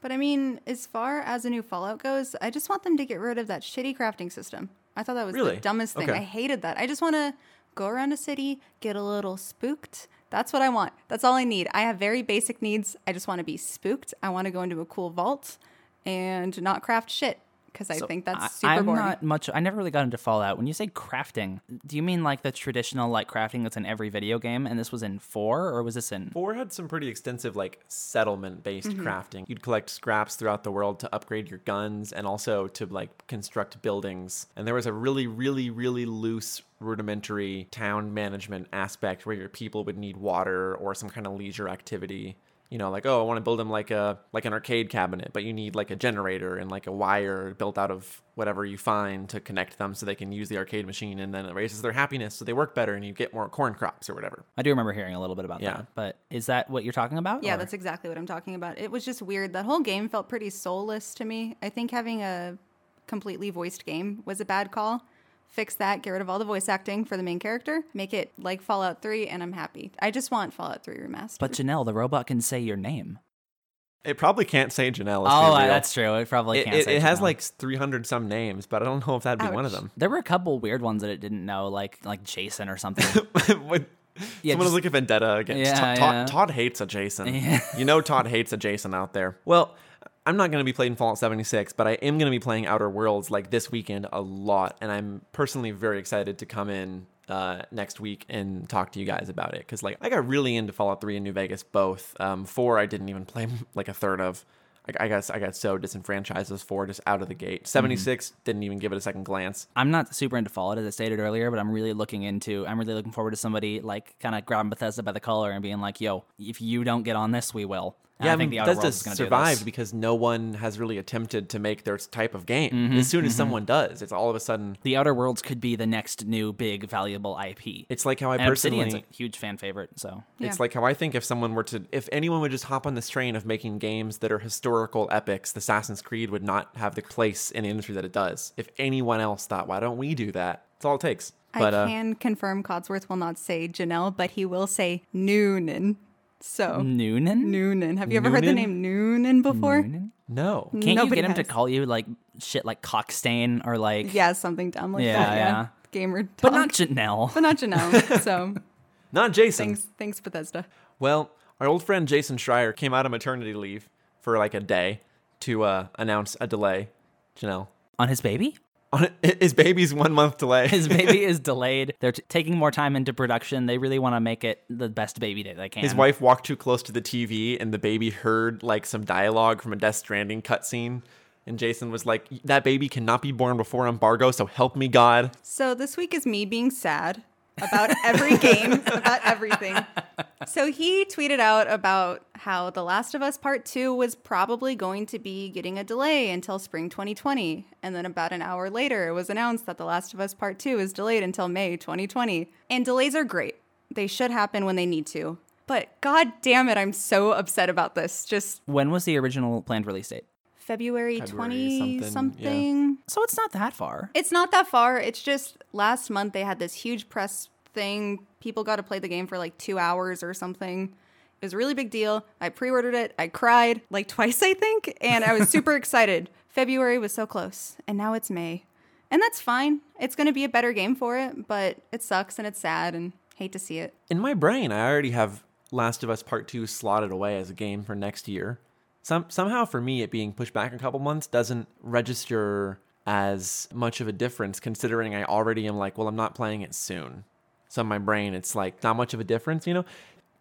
A: But I mean, as far as a new Fallout goes, I just want them to get rid of that shitty crafting system. I thought that was
B: Really?
A: the dumbest thing.
B: Okay.
A: I hated that. I just want to go around a city, get a little spooked. That's what I want. That's all I need. I have very basic needs. I just want to be spooked. I want to go into a cool vault and not craft shit. because I
C: So
A: think that's super
C: I, I'm
A: boring.
C: not much. I never really got into Fallout. When you say crafting, do you mean like the traditional like crafting that's in every video game? And this was in four, or was this in?
B: Four had some pretty extensive like settlement based crafting. You'd collect scraps throughout the world to upgrade your guns and also to like construct buildings. And there was a really, really, really loose rudimentary town management aspect where your people would need water or some kind of leisure activity. You know, like, oh, I want to build them like a like an arcade cabinet, but you need like a generator and like a wire built out of whatever you find to connect them so they can use the arcade machine and then it raises their happiness so they work better and you get more corn crops or whatever.
C: I do remember hearing a little bit about
B: Yeah.
C: that. But is that what you're talking about?
A: Yeah,
C: or-
A: that's exactly what I'm talking about. It was just weird. That whole game felt pretty soulless to me. I think having a completely voiced game was a bad call. Fix that, get rid of all the voice acting for the main character, make it like Fallout 3, and I'm happy. I just want Fallout 3 remastered.
C: But Janelle, the robot can say your name.
B: It probably can't say Janelle. let's be
C: Oh,
B: real.
C: that's true. It probably
B: it,
C: can't.
B: it,
C: say
B: it has
C: Janelle.
B: like 300 some names, but I don't know if that'd be one of
A: Ouch.
B: them.
C: There were a couple weird ones that it didn't know, like like Jason or something.
B: When-
C: Yeah,
B: Someone was
C: just-
B: like a vendetta against
C: Yeah,
B: Todd,
C: yeah.
B: Todd. Todd hates a Jason.
C: Yeah.
B: you know, Todd hates a Jason out there. Well, I'm not going to be playing Fallout 76, but I am going to be playing Outer Worlds like this weekend a lot, and I'm personally very excited to come in uh, next week and talk to you guys about it because like I got really into Fallout 3 and New Vegas both. Um, four I didn't even play like a third of. I, I guess I got so disenfranchised with four just out of the gate. 76 didn't even give it a second glance.
C: I'm not super into Fallout as I stated earlier, but I'm really looking into. I'm really looking forward to somebody like kind of grabbing Bethesda by the collar and being like, "Yo, if you don't get on this, we will." And I,
B: I
C: think
B: mean,
C: the Outer
B: Bethesda
C: Worlds is going to
B: survived because no one has really attempted to make their type of game.
C: Mm-hmm,
B: as soon as someone does, it's all of a sudden.
C: The Outer Worlds could be the next new big valuable IP.
B: It's like how I
C: and
B: personally.
C: Obsidian's a huge fan favorite, so
A: Yeah.
B: It's like how I think if someone were to, if anyone would just hop on this train of making games that are historical epics, the Assassin's Creed would not have the place in the industry that it does. If anyone else thought, why don't we do that? That's all it takes. But
A: I
B: uh,
A: can confirm Codsworth will not say Janelle, but he will say Noonan. So,
C: Noonan.
A: Noonan. Have you ever heard the name
B: Noonan?
A: Noonan before?
C: Noonan?
B: no,
C: Can't
A: Nobody
C: you get him
A: has.
C: to call you like shit, like Cockstain or like?
A: Yeah, something dumb like
C: Yeah,
A: that. Yeah.
C: yeah.
A: Gamer talk.
C: But not Janelle.
A: but not Janelle. so,
B: not Jason.
A: thanks, thanks, Bethesda.
B: Well, our old friend Jason Schreier came out of maternity leave for like a day to uh, announce a delay. Janelle,
C: on his baby.
B: on his baby's one month delay.
C: His baby is delayed. They're t- taking more time into production. They really want to make it the best baby that they can.
B: His wife walked too close to the TV, and the baby heard like some dialogue from a Death Stranding cutscene. And Jason was like, "That baby cannot be born before embargo, so help me God."
A: So this week is me being sad about every game, about everything. So he tweeted out about how The Last of Us Part 2 was probably going to be getting a delay until spring 2020. And then about an hour later, it was announced that The Last of Us Part 2 is delayed until May 2020. And delays are great. They should happen when they need to. But god damn it, I'm so upset about this. Just
C: When was the original planned release date?
A: February,
B: February
A: 20
B: something, yeah.
A: something.
C: So it's not that far.
A: It's not that far. It's just last month they had this huge press thing. People got to play the game for like two hours or something. It was a really big deal. I pre ordered it. I cried like twice, I think. And I was super excited. February was so close. And now it's May. And that's fine. It's going to be a better game for it, but it sucks and it's sad and hate to see it.
B: In my brain, I already have Last of Us Part Two slotted away as a game for next year. Some somehow for me, it being pushed back a couple months doesn't register as much of a difference, considering I already am like, well, I'm not playing it soon. So in my brain, it's like not much of a difference, you know.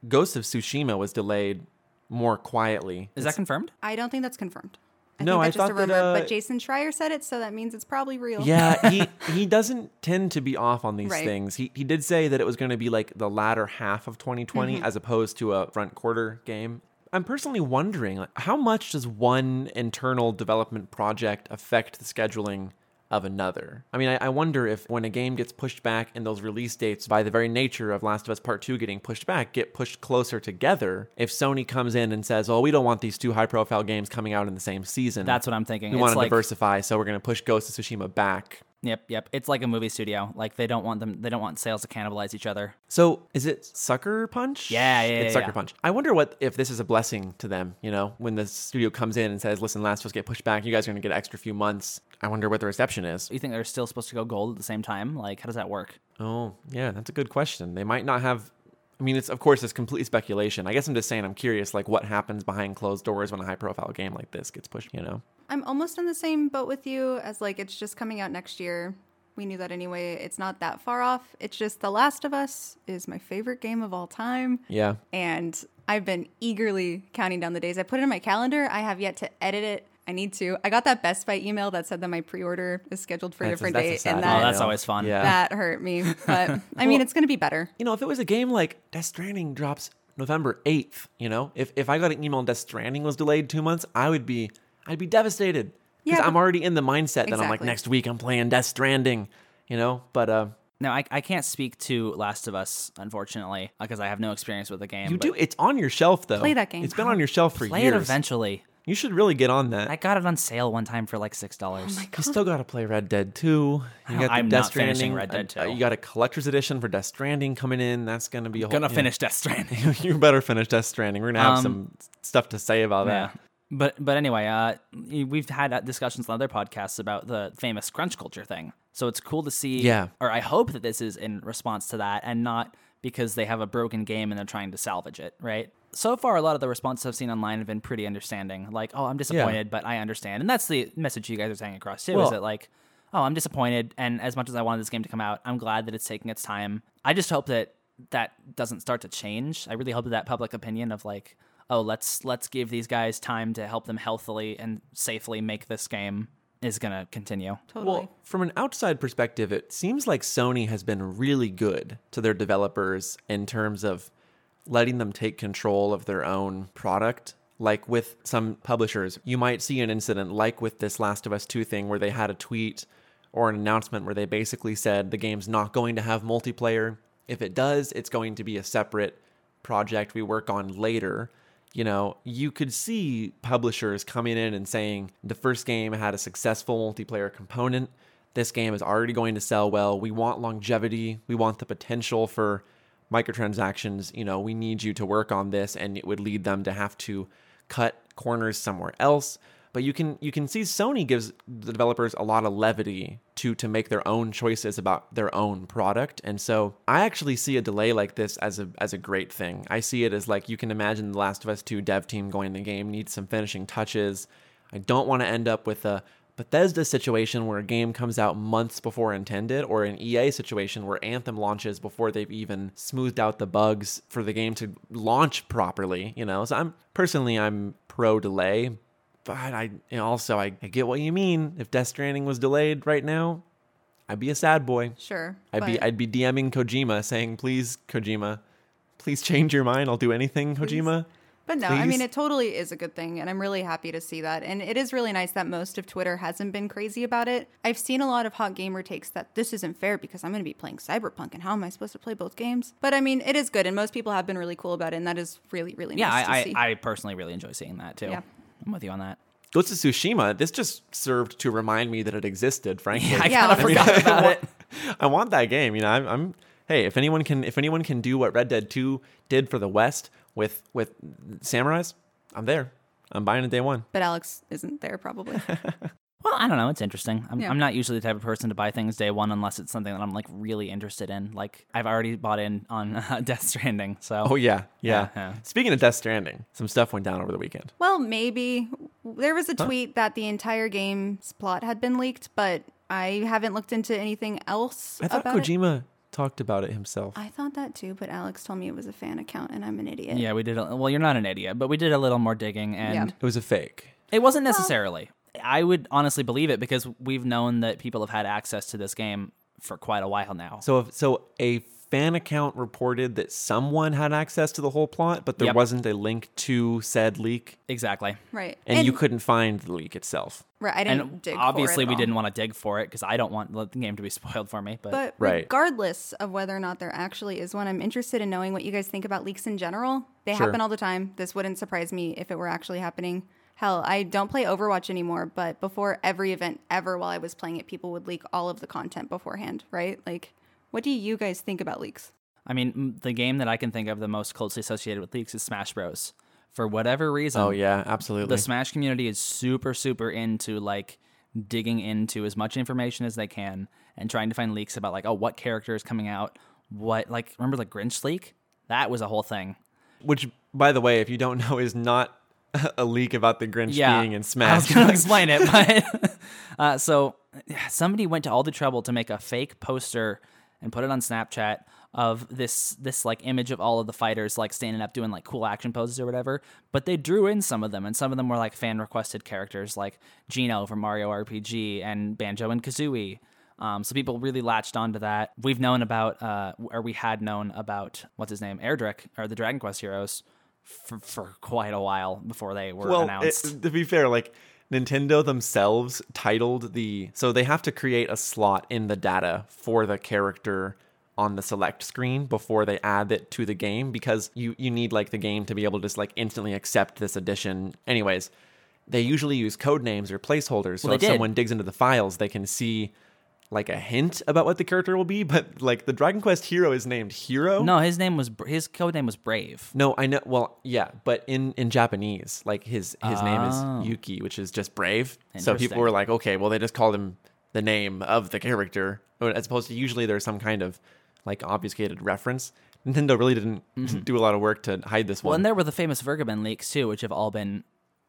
B: Ghost of Tsushima was delayed more quietly.
C: Is that confirmed?
A: I don't think that's confirmed. I
B: No,
A: think
B: I
A: that's just
B: thought
A: a
B: that,
A: rumor,
B: uh,
A: but Jason Schreier said it, so that means it's probably real.
B: Yeah, he he doesn't tend to be off on these
A: Right.
B: things. He he did say that it was going to be like the latter half of 2020 as opposed to a front quarter game. I'm personally wondering like, how much does one internal development project affect the scheduling of another? I mean, I, I wonder if when a game gets pushed back and those release dates, by the very nature of Last of Us Part 2 getting pushed back, get pushed closer together, if Sony comes in and says, oh, we don't want these two high profile games coming out in the same season.
C: That's what I'm thinking.
B: we
C: It's
B: want to
C: like-
B: diversify, so we're going to push Ghost of Tsushima back
C: Yep, yep. It's like a movie studio. Like they don't want them. They don't want sales to cannibalize each other.
B: So is it Sucker Punch?
C: Yeah, yeah,
B: It's
C: yeah,
B: Sucker
C: yeah.
B: Punch. I wonder what if this is a blessing to them. You know, when the studio comes in and says, "Listen, Last of Us get pushed back. You guys are going to get an extra few months." I wonder what the reception is.
C: You think they're still supposed to go gold at the same time? Like how does that work?
B: Oh, yeah, that's a good question. They might not have. I mean, it's of course it's complete speculation. I guess I'm just saying I'm curious, like what happens behind closed doors when a high-profile game like this gets pushed. You know,
A: I'm almost in the same boat with you as like it's just coming out next year. We knew that anyway. It's not that far off. It's just The Last of Us is my favorite game of all time.
B: Yeah.
A: And I've been eagerly counting down the days. I put it in my calendar. I have yet to edit it. I need to. I got that Best Buy email that said that my pre order is scheduled for a
B: That's a-
A: different
B: that's a
A: date.
B: sad
A: and
B: email.
A: that,
C: oh, that's
B: know.
C: always fun.
B: Yeah.
A: that hurt me. But I mean, it's going to be better.
B: You know, if it was a game like Death Stranding drops November 8th, you know, if, if I got an email and Death Stranding was delayed two months, I would be, I'd be devastated. Because
A: Yeah,
B: I'm
A: but-
B: already in the mindset that I'm like,
A: Exactly.
B: next week I'm playing Death Stranding, you know, but, uh,
C: Now, I, I can't speak to Last of Us, unfortunately, because I have no experience with the game.
B: You
C: but
B: do. It's on your shelf though.
A: Play that game.
B: It's been on your shelf for
C: Play
B: years.
C: it eventually.
B: You should really get on that.
C: I got it on sale one time for like $6.
B: you still got to play Red Dead 2. You got
C: Oh, I'm
B: the Death
C: not finishing
B: Stranding.
C: Red Dead
B: Uh,
C: 2.
B: You got a collector's edition for Death Stranding coming in. That's going to be a whole,
C: Gonna
B: you know,
C: finish Death Stranding.
B: you better finish Death Stranding. We're going to have
C: Um,
B: some stuff to say about
C: Yeah.
B: that.
C: But but anyway, uh, we've had uh, discussions on other podcasts about the famous crunch culture thing. So it's cool to see.
B: Yeah.
C: Or I hope that this is in response to that and not because they have a broken game and they're trying to salvage it, right? So far, a lot of the responses I've seen online have been pretty understanding. Like, oh, I'm disappointed, but I understand. And that's the message you guys are saying across too.
B: Well-
C: is that like, oh, I'm disappointed, and as much as I wanted this game to come out, I'm glad that it's taking its time. I just hope that that doesn't start to change. I really hope that that public opinion of like, oh, let's let's give these guys time to help them healthily and safely make this game is gonna continue.
A: Totally.
B: Well, from an outside perspective, it seems like Sony has been really good to their developers in terms of letting them take control of their own product. Like with some publishers, you might see an incident like with this Last of Us 2 thing where they had a tweet or an announcement where they basically said the game's not going to have multiplayer. If it does, it's going to be a separate project we work on later. You know, you could see publishers coming in and saying the first game had a successful multiplayer component. This game is already going to sell well. We want longevity. We want the potential for microtransactions. You know, we need you to work on this, and it would lead them to have to cut corners somewhere else. But you can you can see Sony gives the developers a lot of levity to to make their own choices about their own product. And so I actually see a delay like this as a as a great thing. I see it as like you can imagine the Last of Us 2 dev team going in the game needs some finishing touches. I don't want to end up with a Bethesda situation where a game comes out months before intended, or an EA situation where Anthem launches before they've even smoothed out the bugs for the game to launch properly, you know. So I'm personally I'm pro delay, but I and also I, I get what you mean. If Death Stranding was delayed right now, I'd be a sad boy.
A: sure.
B: I'd be
A: but
B: I'd be DMing Kojima saying, please, Kojima, please change your mind. I'll do anything, Kojima.
A: But no, I
B: Please?
A: mean, it totally is a good thing, and I'm really happy to see that. And it is really nice that most of Twitter hasn't been crazy about it. I've seen a lot of hot gamer takes that this isn't fair because I'm going to be playing Cyberpunk, and how am I supposed to play both games? But I mean, it is good, and most people have been really cool about it, and that is really, really
C: Yeah,
A: nice to
C: I,
A: see.
C: I I personally really enjoy seeing that too.
A: Yeah.
C: I'm with you on that.
B: Ghost of Tsushima, this just served to remind me that it existed, frankly.
C: I
A: Yeah,
C: kind of
A: I mean,
C: forgot about it.
B: I want that game. You know, I'm, I'm. Hey, if anyone can, if anyone can do what Red Dead Two did for the West with with samurais, I'm there. I'm buying it day one.
A: but Alex isn't there probably.
C: Well, I don't know. It's interesting. I'm,
A: Yeah.
C: I'm not usually the type of person to buy things day one unless it's something that I'm like really interested in. Like I've already bought in on uh, Death Stranding, so
B: Oh yeah, yeah.
C: Yeah, yeah.
B: Speaking of Death Stranding, some stuff went down over the weekend.
A: well, maybe there was a tweet that the entire game's plot had been leaked, but I haven't looked into anything else
B: I thought
A: about it.
B: Kojima talked about it himself.
A: I thought that too, but Alex told me it was a fan account, and I'm an idiot.
C: yeah, we did. A, well, you're not an idiot, but we did a little more digging, and
A: Yeah.
B: it was a fake.
C: it wasn't necessarily. I would honestly believe it because we've known that people have had access to this game for quite a while now.
B: So if, so a fan account reported that someone had access to the whole plot, but there
C: Yep.
B: wasn't a link to said leak,
C: exactly.
A: Right.
B: and, you couldn't find the leak itself.
A: Right, I didn't
C: And
A: dig for it
C: obviously,
A: at
C: we
A: all.
C: didn't want to dig for it because I don't want the game to be spoiled for me. But,
A: But
B: Right.
A: regardless of whether or not there actually is one, I'm interested in knowing what you guys think about leaks in general. They
B: Sure.
A: happen all the time. This wouldn't surprise me if it were actually happening. Hell, I don't play Overwatch anymore, but before every event ever while I was playing it, people would leak all of the content beforehand, right? Like, what do you guys think about leaks?
C: I mean, m- the game that I can think of the most closely associated with leaks is Smash Bros. For whatever reason,
B: Oh yeah, absolutely.
C: the Smash community is super, super into like digging into as much information as they can and trying to find leaks about like, oh, what character is coming out, what like remember the Grinch leak? That was a whole thing.
B: which by the way if you don't know is not a leak about the Grinch
C: Yeah,
B: being in
C: I was
B: Smash.
C: going to explain it, but uh, so somebody went to all the trouble to make a fake poster and put it on Snapchat of this this like image of all of the fighters like standing up doing like cool action poses or whatever. But they drew in some of them, and some of them were like fan requested characters like Gino from Mario RPG and Banjo and Kazooie. Um, so people really latched onto that. We've known about, uh, or we had known about, what's his name, Erdrick, or the Dragon Quest heroes, for, for quite a while before they were
B: well, it-
C: announced.
B: to be fair, like Nintendo themselves titled the so they have to create a slot in the data for the character on the select screen before they add it to the game because you you need like the game to be able to just like instantly accept this addition. Anyways, they usually use code names or placeholders. So
C: Well,
B: if
C: they did.
B: someone digs into the files, they can see like a hint about what the character will be, but like the Dragon Quest hero is named Hero.
C: No, his name was Br- his code name was Brave.
B: No, I know. Well, yeah, but in in Japanese, like his his name is Yuki, which is just brave. So people
C: Oh. Interesting.
B: were like, okay, well, they just called him the name of the character, as opposed to usually there's some kind of like obfuscated reference. Nintendo really didn't do a lot of work to hide this
C: Mm-hmm. Well,
B: one.
C: and there were the famous Virgamen leaks too, which have all been,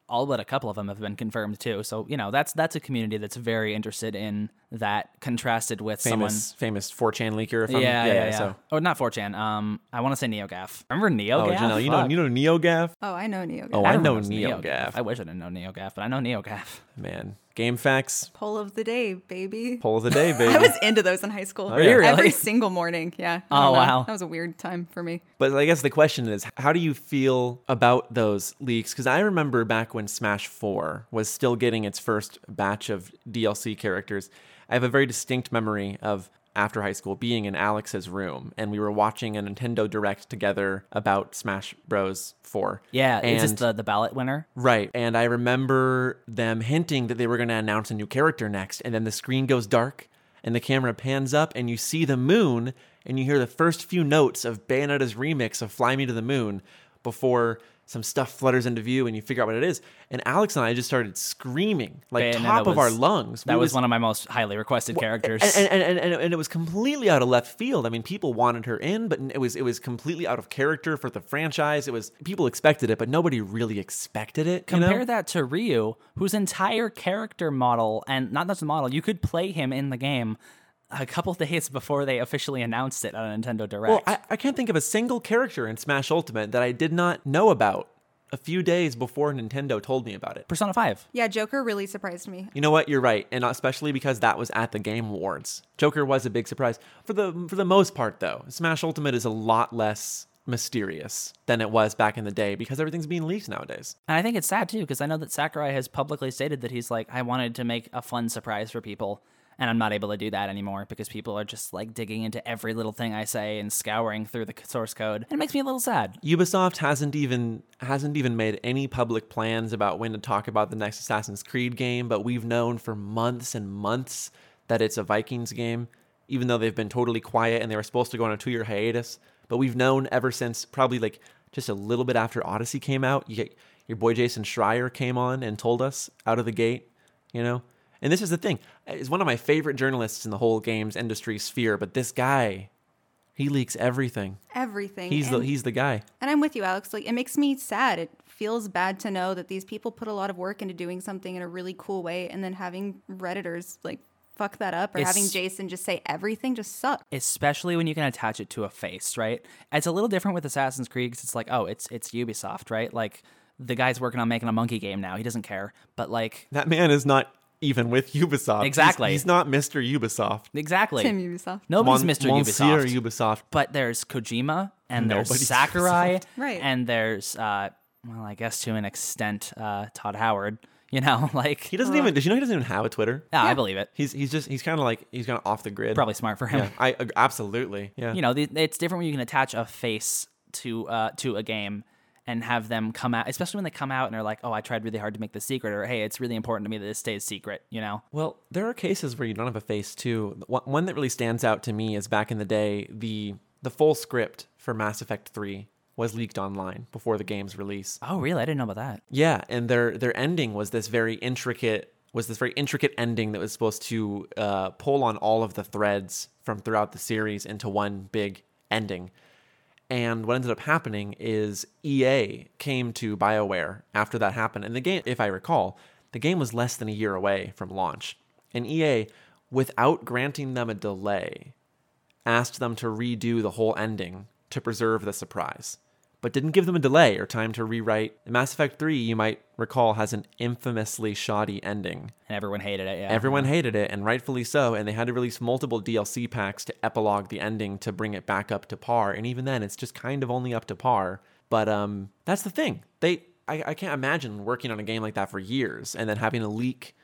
C: all but a couple of them have been confirmed too. So you know that's that's a community that's very interested in that, contrasted with
B: famous famous 4chan leaker. If
C: someone.
B: I'm,
C: Yeah, yeah, yeah.
B: So.
C: Oh, not 4chan. Um, I want to say NeoGaf. Remember NeoGaf?
B: Oh, Janelle, you know
C: ah, Fuck.
B: you know NeoGaf,
A: Oh, I know Neo.
B: Oh,
C: I
B: I
C: don't
B: know
C: remember it was
B: NeoGaf.
C: I wish I didn't know NeoGaf, but I know NeoGaf.
B: man. Game facts,
A: Poll of the day, baby.
B: poll of the Oh, day, baby.
A: I was into those in high school.
B: you
C: really?
A: Every single morning. Yeah. I
C: Oh,
A: don't know.
C: wow.
A: That was a weird time for me.
B: But I guess the question is, how do you feel about those leaks? Because I remember back when Smash 4 was still getting its first batch of DLC characters, I have a very distinct memory of after high school being in Alex's room and we were watching a Nintendo Direct together about Smash Bros 4.
C: Yeah,
B: and
C: is this the the ballot winner?
B: Right. And I remember them hinting that they were going to announce a new character next. And then the screen goes dark and the camera pans up and you see the moon and you hear the first few notes of Bayonetta's remix of Fly Me to the Moon before some stuff flutters into view and you figure out what it is. And Alex and I just started screaming like
C: Bayonetta
B: top of our
C: was-
B: lungs.
C: That
B: We
C: was, one of my most highly requested characters.
B: and, and, and, and, and it was completely out of left field. I mean, people wanted her in, but it was it was completely out of character for the franchise. It was people expected it, but nobody really expected it. you know?
C: Compare that to Ryu, whose entire character model, and not just the model, you could play him in the game a couple days before they officially announced it on Nintendo Direct.
B: Well, I, I can't think of a single character in Smash Ultimate that I did not know about a few days before Nintendo told me about it.
C: Persona 5.
A: Yeah, Joker really surprised me.
B: You know what? You're right, and especially because that was at the Game Awards. Joker was a big surprise for the for the most part, though. Smash Ultimate is a lot less mysterious than it was back in the day because everything's being leaked nowadays.
C: And I think it's sad too, because I know that Sakurai has publicly stated that he's like, I wanted to make a fun surprise for people, and I'm not able to do that anymore because people are just like digging into every little thing I say and scouring through the c- source code. And it makes me a little sad.
B: Ubisoft hasn't even hasn't even made any public plans about when to talk about the next Assassin's Creed game, but we've known for months and months that it's a Vikings game, even though they've been totally quiet and they were supposed to go on a two-year hiatus. But we've known ever since probably like just a little bit after Odyssey came out, you get, your boy Jason Schreier came on and told us out of the gate, you know. And this is the thing, is one of my favorite journalists in the whole games industry sphere, but this guy, he leaks everything.
A: Everything.
B: He's the
A: and,
B: he's the guy.
A: and I'm with you, Alex. Like, it makes me sad. It feels bad to know that these people put a lot of work into doing something in a really cool way, and then having redditors like fuck that up, or
C: It's-
A: having Jason just say everything just sucks.
C: especially when you can attach it to a face, right? It's a little different with Assassin's Creed 'cause it's like, oh, it's it's Ubisoft, right? Like the guy's working on making a monkey game now. He doesn't care, but like
B: That man is not even with Ubisoft. He's-
C: Exactly.
B: He's, not Mr. Ubisoft.
C: exactly,
A: Tim Ubisoft.
C: nobody's
B: Mon-
C: Mr.
B: Monsieur
C: Ubisoft,
B: Ubisoft.
C: but there's Kojima and there's
B: Nobody's
C: Sakurai,
A: Right.
C: And there's uh, well, I guess to an extent, uh, Todd Howard. You know, like
B: He doesn't even. Did you know he doesn't even have a Twitter?
C: yeah, I believe it.
B: He's he's just he's kind of like he's kind of off the grid.
C: Uh, Probably smart for him.
B: Yeah, I ag- absolutely. Yeah.
C: you know, the, it's different when you can attach a face to uh, to a game and have them come out, especially when they come out and they're like, "Oh, I tried really hard to make this secret," or "Hey, it's really important to me that this stays secret." You know,
B: Well, there are cases where you don't have a face too. One- One that really stands out to me is back in the day, the the full script for Mass Effect 3 was leaked online before the game's release.
C: oh, really? I didn't know about that.
B: Yeah, and their their ending was this very intricate was this very intricate ending that was supposed to uh, pull on all of the threads from throughout the series into one big ending. And what ended up happening is EA came to BioWare after that happened. And the game, if I recall, the game was less than a year away from launch. And EA, without granting them a delay, asked them to redo the whole ending to preserve the surprise, but didn't give them a delay or time to rewrite. Mass Effect 3, you might recall, has an infamously shoddy ending.
C: and everyone hated it. Yeah,
B: Everyone hated it, and rightfully so, and they had to release multiple DLC packs to epilogue the ending to bring it back up to par. And even then, it's just kind of only up to par. But um, that's the thing. They, I, I can't imagine working on a game like that for years and then having a leak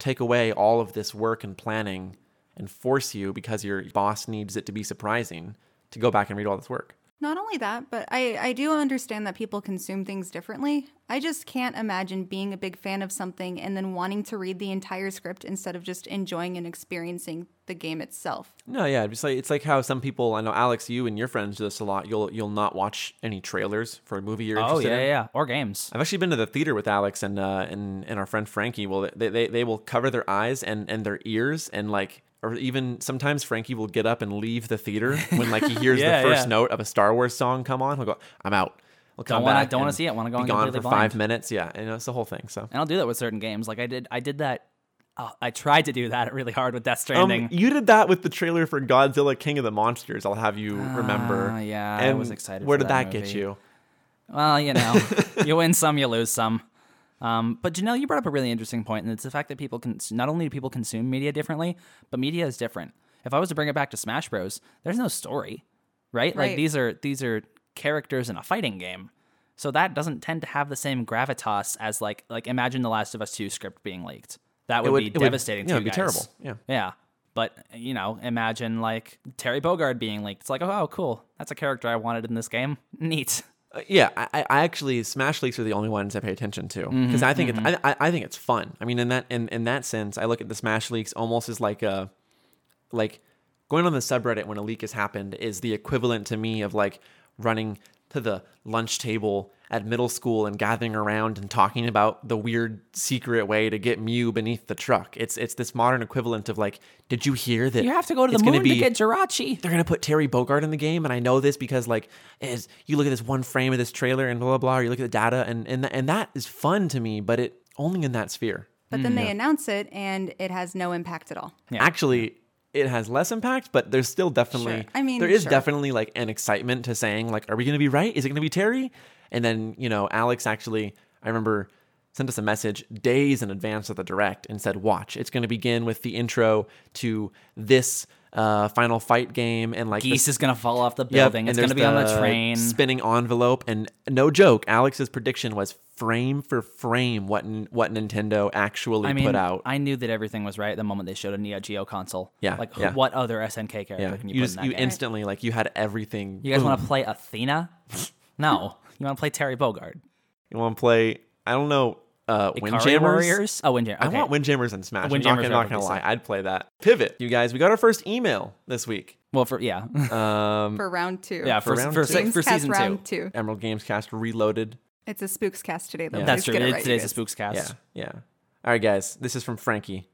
B: take away all of this work and planning and force you because your boss needs it to be surprising to go back and read all this work.
A: Not only that, but I, I do understand that people consume things differently. I just can't imagine being a big fan of something and then wanting to read the entire script instead of just enjoying and experiencing the game itself.
B: No, yeah, just like it's like how some people I know, Alex, you and your friends do this a lot. You'll you'll not watch any trailers for a movie you're
C: Oh
B: interested
C: yeah,
B: in.
C: yeah, yeah, or games.
B: I've actually been to the theater with Alex and uh, and and our friend Frankie. Will they, they they will cover their eyes and and their ears and like or even sometimes Frankie will get up and leave the theater when like he hears
C: Yeah,
B: the first
C: yeah.
B: note of a Star Wars song come on. He'll go, I'm out. He'll come
C: wanna-
B: back
C: don't wanna
B: and
C: see it, wanna go
B: be
C: in
B: gone for
C: completely
B: five
C: blind.
B: minutes. Yeah, and it's the whole thing. So
C: And I'll do that with certain games. Like I did, I did that. Uh, I tried to do that really hard with Death
B: Um,
C: Stranding.
B: you did that with the trailer for Godzilla King of the Monsters. I'll have you remember.
C: Ah, yeah, I
B: and
C: was excited
B: Where
C: for
B: did
C: that
B: that, get
C: movie.
B: you?
C: Well, you know, you win some, you lose some. Um, but Janelle, you brought up a really interesting point, and it's the fact that people can not only do people consume media differently, but media is different. If I was to bring it back to Smash Bros, there's no story, right? Like
A: Right.
C: these are these are characters in a fighting game, so that doesn't tend to have the same gravitas as like like imagine the Last of Us two script being leaked. That would, be
B: it
C: devastating.
B: yeah,
C: to
B: it'd
C: you
B: be
C: guys.
B: terrible. Yeah.
C: Yeah. But, you know, imagine like Terry Bogard being leaked. It's like, oh, cool. That's a character I wanted in this game. Neat.
B: Uh, yeah, I- I, I actually Smash leaks are the only ones I pay attention to
C: Mm-hmm,
B: because I think it's I, I I think it's fun. I mean, in that in, in that sense, I look at the Smash leaks almost as like a like going on the subreddit when a leak has happened is the equivalent to me of like running to the lunch table at middle school and gathering around and talking about the weird secret way to get Mew beneath the truck. It's it's this modern equivalent of like, did you hear that
C: You have to go to the
B: it's gonna
C: moon to
B: be-
C: get Jirachi.
B: they're gonna put Terry Bogard in the game, and I know this because like as you look at this one frame of this trailer and blah blah blah, or you look at the data, and and and that is fun to me, but it only in that sphere.
A: But
C: Mm.
A: then they announce it and it has no impact at all.
B: Actually, it has less impact, but there's still definitely.
A: Sure. I mean,
B: there is
A: sure.
B: definitely like an excitement to saying like, are we gonna be right? Is it gonna be Terry? And then you know, Alex actually, I remember sent us a message days in advance of the direct and said, "Watch, it's gonna begin with the intro to this." Uh, final fight game and like the
C: Geese is going to fall off the
B: Yep,
C: building.
B: and
C: it's going to
B: there's
C: be on
B: the
C: a train.
B: Spinning envelope, and no joke, Alex's prediction was frame for frame what n- what Nintendo actually
C: I mean,
B: put out.
C: I knew that everything was right the moment they showed a Neo Geo console.
B: Yeah,
C: Like, who-
B: yeah.
C: what other SNK character
B: yeah,
C: can you,
B: you
C: put
B: just
C: in that
B: you
C: game?
B: instantly like you had everything.
C: you guys want to play Athena? no. You want to play Terry Bogard?
B: you want to play? I don't know. Uh,
C: Ikari
B: Windjammers.
C: Warriors? Oh, Windjammer.
B: I want Windjammers and Smash. I'm not,
C: Windjammers
B: gonna-
C: are
B: not gonna lie,
C: decent.
B: I'd play that. Pivot, you guys. We got our first email this week.
C: Well, for, yeah.
B: Um,
A: For round two.
C: yeah, for,
B: round
C: for,
B: two.
C: se- for
A: Gamescast
C: season two.
A: round two.
B: Emerald Games Cast Reloaded.
A: It's a spooks cast today, though. Please
C: That's true.
A: get it
C: It-
A: right, you
C: Today's a
A: guys.
C: Spooks cast.
B: Yeah, yeah. All right, guys. This is from Frankie.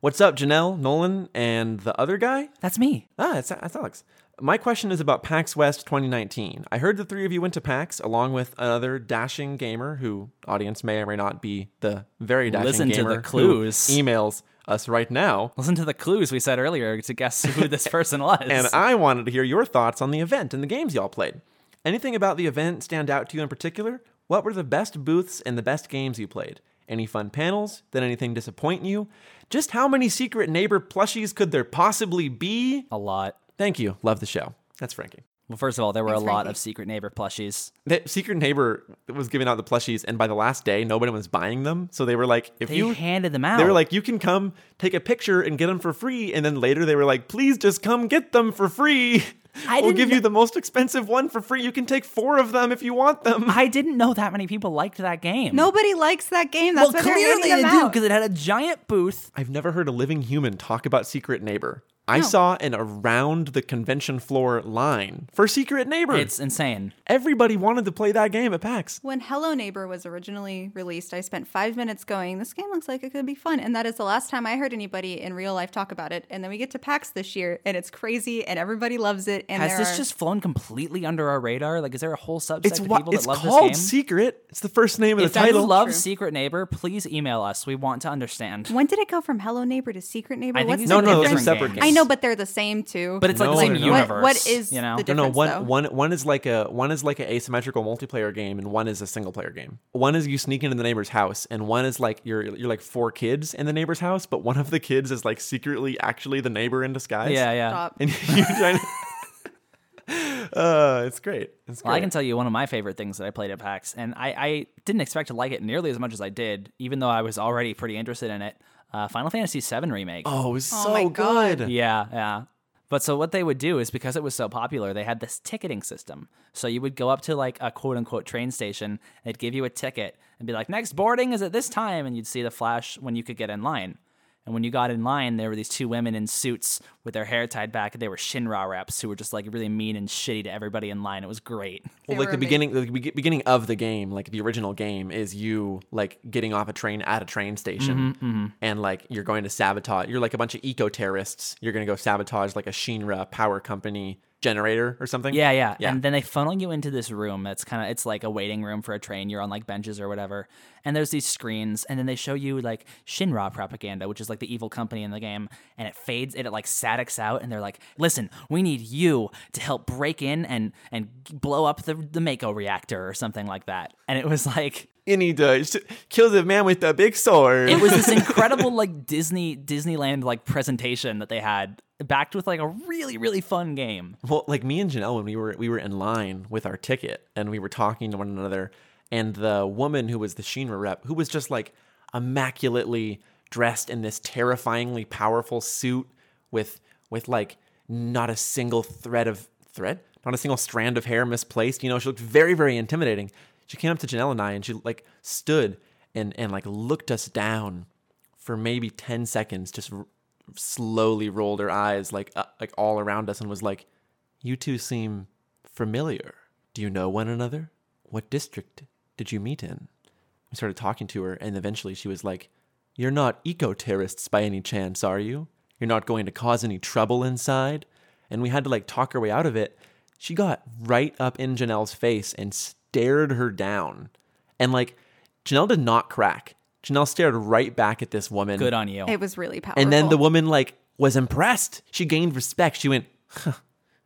B: What's up, Janelle, Nolan, and the other guy?
C: That's me.
B: Ah, it's, it's Alex. My question is about PAX West 2019. I heard the three of you went to PAX along with another dashing gamer who, audience may or may not be the very dashing
C: Listen to the
B: gamer who
C: clues.
B: emails us right now.
C: Listen to the clues we said earlier to guess who this person was.
B: And I wanted to hear your thoughts on the event and the games y'all played. Anything about the event stand out to you in particular? What were the best booths and the best games you played? Any fun panels? Did anything disappoint you? Just how many secret neighbor plushies could there possibly be?
C: a lot.
B: Thank you. Love the show. That's Frankie.
C: Well, first of all, there were
A: Thanks,
C: a lot
A: Frankie.
C: of secret neighbor plushies.
B: that secret neighbor was giving out the plushies and by the last day nobody was buying them so they were like if
C: They
B: you
C: handed them out.
B: they were like you can come take a picture and get them for free and then later they were like please just come get them for free
C: I
B: we'll
C: didn't
B: give
C: kn-
B: you the most expensive one for free you can take four of them if you want them
C: I didn't know that many people liked that game.
A: Nobody likes that game.
C: well,
A: That's why they're
C: clearly
A: handing
C: they
A: them
C: do
A: out.
C: because it had a giant booth.
B: i've never heard a living human talk about secret neighbor I
A: No.
B: saw an around the convention floor line for Secret Neighbor.
C: It's insane.
B: Everybody wanted to play that game at PAX.
A: When Hello Neighbor was originally released, I spent five minutes going, this game looks like it could be fun. And that is the last time I heard anybody in real life talk about it. And then we get to PAX this year, and it's crazy, and everybody loves it. And
C: Has
A: there
C: this
A: are-
C: just flown completely under our radar? Like, is there a whole subset
B: It's
C: of
B: wha-
C: people
B: it's
C: that love
B: called
C: this game?
B: Secret. It's the first name of
C: If
B: the
C: you
B: title.
C: love
A: True.
C: Secret Neighbor, please email us. We want to understand.
A: When did it go from Hello Neighbor to Secret Neighbor?
C: I think these
B: No,
C: are
B: no, those are
C: different
B: separate
C: games.
B: games.
A: I know, but they're the same too.
C: But it's like
B: No,
C: the same
B: they're not.
A: What-
C: universe.
A: what is
C: you know?
A: the
B: No, no,
A: difference,
B: one,
A: though.
B: one, one is like a one is like an asymmetrical multiplayer game, and one is a single player game. One is you sneak into the neighbor's house, and one is like you're you're like four kids in the neighbor's house, but one of the kids is like secretly actually the neighbor in disguise.
C: Yeah, yeah.
A: Stop.
B: and you trying to. Uh, it's great. It's great.
C: Well, I can tell you one of my favorite things that I played at PAX, and I, I didn't expect to like it nearly as much as I did, even though I was already pretty interested in it. Uh, Final Fantasy VII Remake.
B: oh, it was
A: Oh
B: so
A: my God.
B: good.
C: Yeah, yeah. But so what they would do is because it was so popular, they had this ticketing system. So you would go up to like a quote unquote train station, they'd give you a ticket and be like, next boarding is at this time. And you'd see the flash when you could get in line. And when you got in line, there were these two women in suits with their hair tied back, and they were Shinra reps who were just like really mean and shitty to everybody in line. It was great.
B: Well,
A: They
B: like
A: were
B: the beginning, the be- beginning of the game, like the original game, is you like getting off a train at a train station,
C: Mm-hmm,
B: and like you're going to sabotage. You're like a bunch of eco terrorists. You're going to go sabotage like a Shinra power company generator or something.
C: Yeah, yeah,
B: Yeah.
C: And then they funnel you into this room that's kind of it's like a waiting room for a train. You're on like benches or whatever. And there's these screens and then they show you like Shinra propaganda, which is like the evil company in the game, and it fades and it like statics out and they're like, "Listen, we need you to help break in and and blow up the the Mako reactor or something like that." And it was like
B: you need to sh- kill the man with the big sword.
C: it was this incredible like Disney Disneyland like presentation that they had backed with like a really really fun game.
B: well, like me and Janelle, when we were we were in line with our ticket, and we were talking to one another, and the woman who was the Shinra rep, who was just like immaculately dressed in this terrifyingly powerful suit with with like not a single thread of thread, not a single strand of hair misplaced. You know, she looked very very intimidating. She came up to Janelle and I, and she like stood and and like looked us down for maybe 10 seconds just r- slowly rolled her eyes like uh, like all around us and was like you two seem familiar do you know one another what district did you meet in we started talking to her and eventually she was like you're not eco-terrorists by any chance are you you're not going to cause any trouble inside and we had to like talk her way out of it she got right up in janelle's face and stared her down and like janelle did not crack janelle stared right back at this woman
C: Good on you.
A: it was really powerful.
B: and then the woman like was impressed. She gained respect. She went, huh,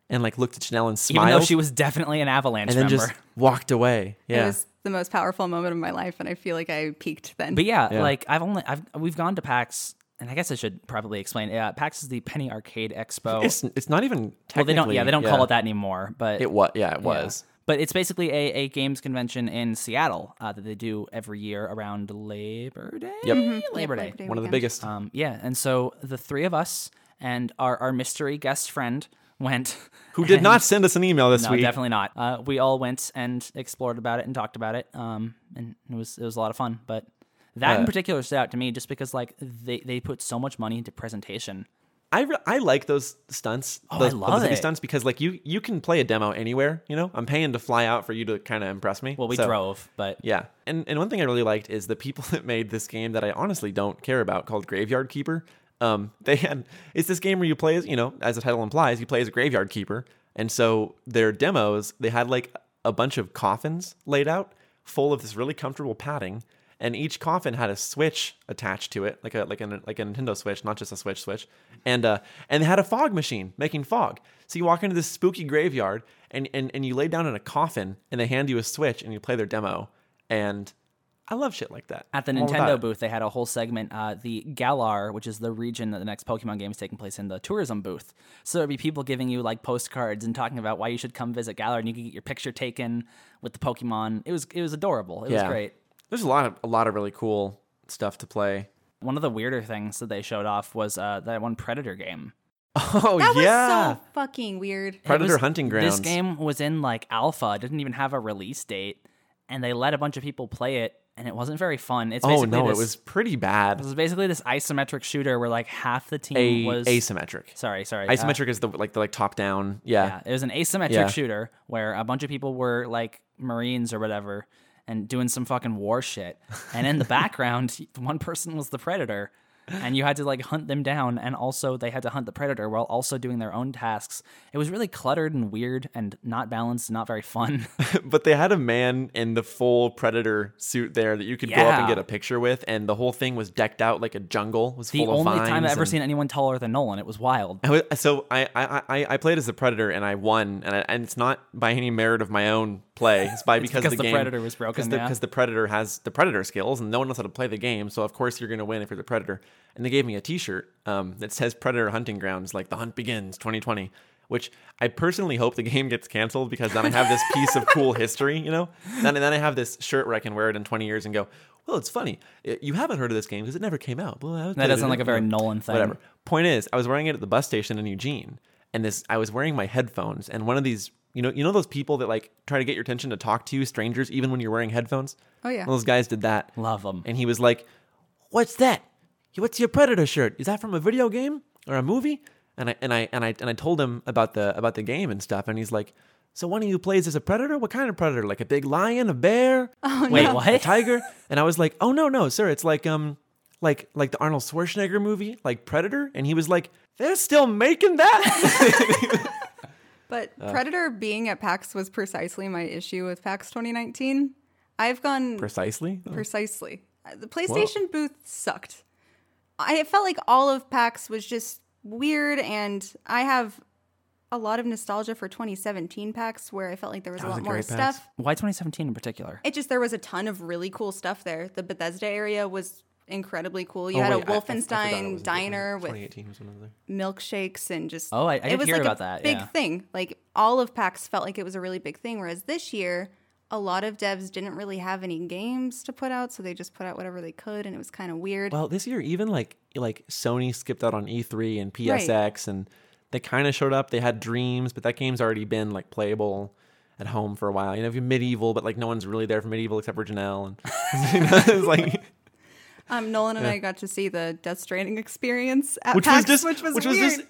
B: and like looked at Janelle and
C: Even
B: smiled.
C: though she was definitely an avalanche
B: and then
C: member.
B: just walked away. Yeah.
A: It was the most powerful moment of my life, and I feel like I peaked then.
C: But yeah,
B: Yeah.
C: like I've only I've we've gone to PAX, and I guess I should probably explain. Yeah, PAX is the Penny Arcade Expo.
B: it's it's not even
C: well, they don't. Yeah, they don't
B: technically-
C: call it that anymore. But
B: It was. Yeah, it
C: yeah.
B: was.
C: But it's basically a, a games convention in Seattle uh, that they do every year around Labor Day.
B: Yep.
C: Mm-hmm. Labor Day.
B: One of
A: weekend.
B: the biggest.
C: Um, yeah, and so the three of us and our our mystery guest friend went.
B: Who did not send us an email this
C: No,
B: week?
C: definitely not. Uh, we all went and explored about it and talked about it, um, and it was it was a lot of fun. But that
B: Uh.
C: in particular stood out to me just because like they, they put so much money into presentation.
B: I, re- I like those stunts.
C: Oh,
B: those
C: I love
B: publicity
C: it.
B: stunts because like you you can play a demo anywhere. You know, I'm paying to fly out for you to kind of impress me.
C: Well, we
B: So-
C: drove, but
B: Yeah. And and one thing I really liked is the people that made this game that I honestly don't care about called Graveyard Keeper. Um, they had it's this game where you play as you know, as the title implies, you play as a graveyard keeper. And so their demos, they had like a bunch of coffins laid out full of this really comfortable padding. And each coffin had a switch attached to it, like a like a like a Nintendo Switch, not just a Switch Switch, and uh, and they had a fog machine making fog. So you walk into this spooky graveyard, and, and and you lay down in a coffin, and they hand you a Switch, and you play their demo, and I love shit like that.
C: at the
B: I'm all about
C: Nintendo
B: it.
C: booth, they had a whole segment, uh, the Galar, which is the region that the next Pokemon game is taking place in, the tourism booth. So there'd be people giving you like postcards and talking about why you should come visit Galar, and you could get your picture taken with the Pokemon. It was it was adorable. It was great.
B: There's a lot of a lot of really cool stuff to play.
C: One of the weirder things that they showed off was uh, that one Predator game.
B: Oh
A: That was
B: yeah,
A: so fucking weird.
C: It
B: Predator
C: was-
B: Hunting Grounds.
C: This game was in like alpha, didn't even have a release date, and they let a bunch of people play it and it wasn't very fun. It's
B: Oh
C: basically
B: no,
C: this,
B: it was pretty
C: it
B: bad.
C: was basically this isometric shooter where like half the team
B: A
C: was
B: asymmetric.
C: sorry, sorry, uh,
B: Isometric is the like the like top down.
C: yeah,
B: Yeah.
C: it was an asymmetric
B: Yeah.
C: shooter where a bunch of people were like Marines or whatever and doing some fucking war shit, and in the background, one person was the predator. And you had to like hunt them down, and also they had to hunt the predator while also doing their own tasks. It was really cluttered and weird and not balanced, and not very fun.
B: but they had a man in the full predator suit there that you could go up and
C: Yeah.
B: get a picture with, and the whole thing was decked out like a jungle. It was
C: the
B: full of
C: only
B: vines
C: time I've ever
B: and-
C: seen anyone taller than Nolan. It was wild.
B: I was, so I, I I I played as the predator and I won and I, and it's not by any merit of my own play. It's by because,
C: because
B: the,
C: the
B: game,
C: Predator was broken,
B: Because the,
C: yeah.
B: 'cause the predator has the predator skills and no one knows how to play the game. So of course you're gonna win if you're the predator. And they gave me a T-shirt um, that says Predator Hunting Grounds, like the hunt begins 2020. Which I personally hope the game gets canceled because then I have this piece of cool history, you know. Then then I have this shirt where I can wear it in 20 years and go, well, it's funny. eh, You haven't heard of this game because it never came out. Well, I was
C: That doesn't sound like a very Nolan thing.
B: Whatever. Point is, I was wearing it at the bus station in Eugene, and this I was wearing my headphones, and one of these, you know, you know those people that like try to get your attention to talk to you, strangers, even when you're wearing headphones.
A: Oh, yeah.
B: One of those guys did that.
C: Love them.
B: And he was like, "What's that? What's your predator shirt? Is that from a video game or a movie?" And I and I and I and I told him about the about the game and stuff, and he's like. So one of you plays as a predator? What kind of predator? Like a big lion, a bear,
C: Wait,
B: a-
C: what?
B: a tiger? And I was like, "Oh no, no, sir! It's like um, like like the Arnold Schwarzenegger movie, like Predator." And he was like, "They're still making that."
A: But Predator being at PAX was precisely my issue with PAX 2019. I've gone
B: Precisely.
A: precisely. Uh, The PlayStation booth sucked. I it felt like all of PAX was just weird, and I have a lot of nostalgia for 2017 PAX where I felt like there was a
B: was
A: lot
B: a
A: more
B: great PAX.
A: stuff.
C: Why 2017 in particular?
A: It just there was a ton of really cool stuff there. The Bethesda area was incredibly cool. You
B: Oh,
A: had
B: wait,
A: a
B: I- I- I forgot that
A: Wolfenstein
B: was in
A: diner
B: 2018.
A: with
B: 2018 was another.
A: milkshakes and just
C: Oh, I- I
A: it
C: did
A: was
C: hear
A: like
C: about
A: a
C: that,
A: big
C: yeah.
A: thing. Like all of PAX felt like it was a really big thing, whereas this year a lot of devs didn't really have any games to put out, so they just put out whatever they could, and it was kind of weird.
B: Well, this year even like like Sony skipped out on E3 and PSX, and they kind of showed up. They had Dreams, but that game's already been like playable at home for a while. You know, if you're Medieval, but like no one's really there for Medieval except for Janelle, and you know, it's like
A: um, Nolan and I got to see the Death Stranding experience at
B: which was
A: PAX,
B: just
A: which was
B: which
A: weird.
B: was just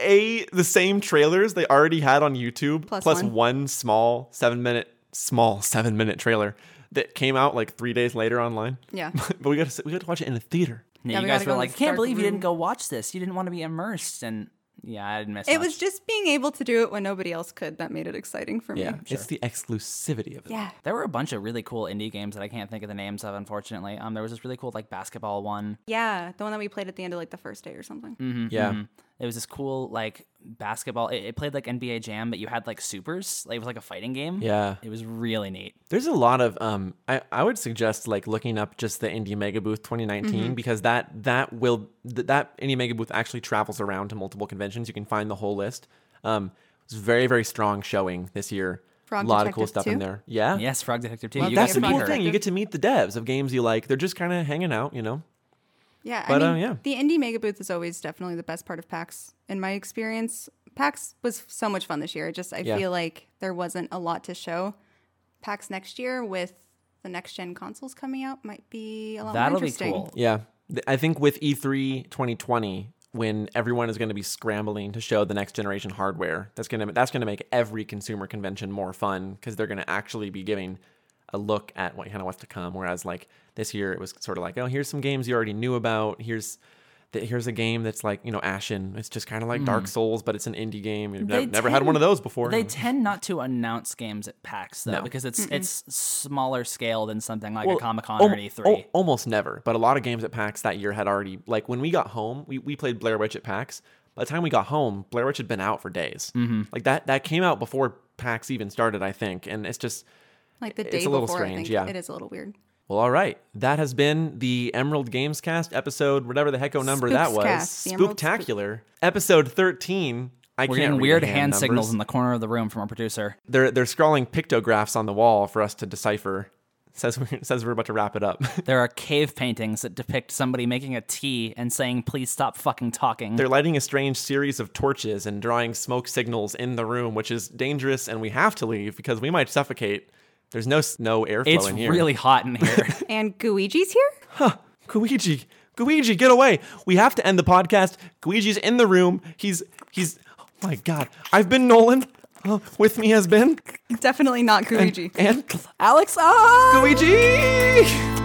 B: a the same trailers they already had on YouTube
A: Plus
B: plus
A: one.
B: one small seven minute small seven minute trailer that came out like three days later online.
A: yeah,
B: but we got to we got to watch it in a theater.
C: Yeah,
A: Yeah,
C: you
A: we
C: guys
A: gotta
C: were
A: go in
C: like, I
A: this
C: can't
A: dark
C: believe you
A: room."
C: didn't go watch this. You didn't want to be immersed. And yeah, I didn't miss
A: it
C: much.
A: was just being able to do it when nobody else could that made it exciting for me.
B: Yeah, it's the exclusivity of it.
A: yeah.
C: There were a bunch of really cool indie games that I can't think of the names of, unfortunately. Um, there was this really cool like basketball one.
A: Yeah, the one that we played at the end of like the first day or something.
B: Yeah.
C: It was this cool like basketball. It, it played like NBA Jam, but you had like supers. Like, it was like a fighting game.
B: Yeah.
C: it was really neat.
B: There's a lot of um I, I would suggest like looking up just the Indie Mega Booth 2019
A: Mm-hmm.
B: because that that will th- that Indie Mega Booth actually travels around to multiple conventions. You can find the whole list. Um it's very very strong showing this year.
A: Frog
B: a lot of cool
A: Detective
B: stuff in
A: too?
B: there. Yeah.
C: Yes, Frog Detective Two.
A: Well,
C: you got
B: That's
A: guys
B: the
C: to
A: Frog
C: meet
B: cool
C: her.
B: thing. You
A: Detective.
B: get to meet the devs of games you like. They're just kind of hanging out, you know.
A: Yeah,
B: But, uh,
A: I mean,
B: yeah.
A: the indie mega booth is always definitely the best part of PAX in my experience. PAX was so much fun this year. It Just I
B: Yeah.
A: feel like there wasn't a lot to show. PAX next year with the next gen consoles coming out might be a lot
C: That'll
A: more
C: be
A: interesting.
C: cool.
B: Yeah. Th- I think with E E3 2020 when everyone is going to be scrambling to show the next generation hardware, that's going to that's going to make every consumer convention more fun cuz they're going to actually be giving a look at what kind of what's to come whereas like this year it was sort of like, oh, here's some games you already knew about. Here's th- Here's a game that's like you know Ashen. It's just kind of like Dark Souls, but it's an indie game. You've
C: Mm. They
B: nev- never had
C: tend-
B: one of those before.
C: They tend not to announce games at PAX though, because it's it's smaller scale than something like a
B: Well,
C: Comic Con
B: al-
C: or E an E3.
B: al- Oh, almost never, but a lot of games at PAX that year had already like when we got home, we, we played Blair Witch at PAX. By the time we got home, Blair Witch had been out for days.
C: Mm-hmm.
B: Like that that came out before PAX even started, I think. And it's just
A: Like the
B: It's
A: day
B: a little
A: before, I
B: strange,
A: think
B: yeah.
A: it is a little weird.
B: well, all right. That has been the Emerald Games Cast episode, whatever the hecko number that was.
A: Spookscast, the Emerald Spook-
B: Spooktacular. episode thirteen. I
C: We're
B: can't
C: getting
B: read
C: weird
B: the
C: hand, signals
B: numbers.
C: in the corner of the room from our producer.
B: They're they're scrawling pictographs on the wall for us to decipher. Says we're, says we're about to wrap it up.
C: There are cave paintings that depict somebody making a tea and saying, "Please stop fucking talking."
B: They're lighting a strange series of torches and drawing smoke signals in the room, which is dangerous, and we have to leave because we might suffocate. There's no s- no airflow
C: It's
B: in here.
C: really hot in here.
A: And Guiji's here?
B: Guiji, Guiji, get away! We have to end the podcast. Guiji's in the room. He's he's. Oh my God! I've been Nolan. Uh, with me has been
A: Definitely not Guiji.
B: and
C: Alex, ah!
B: Guiji.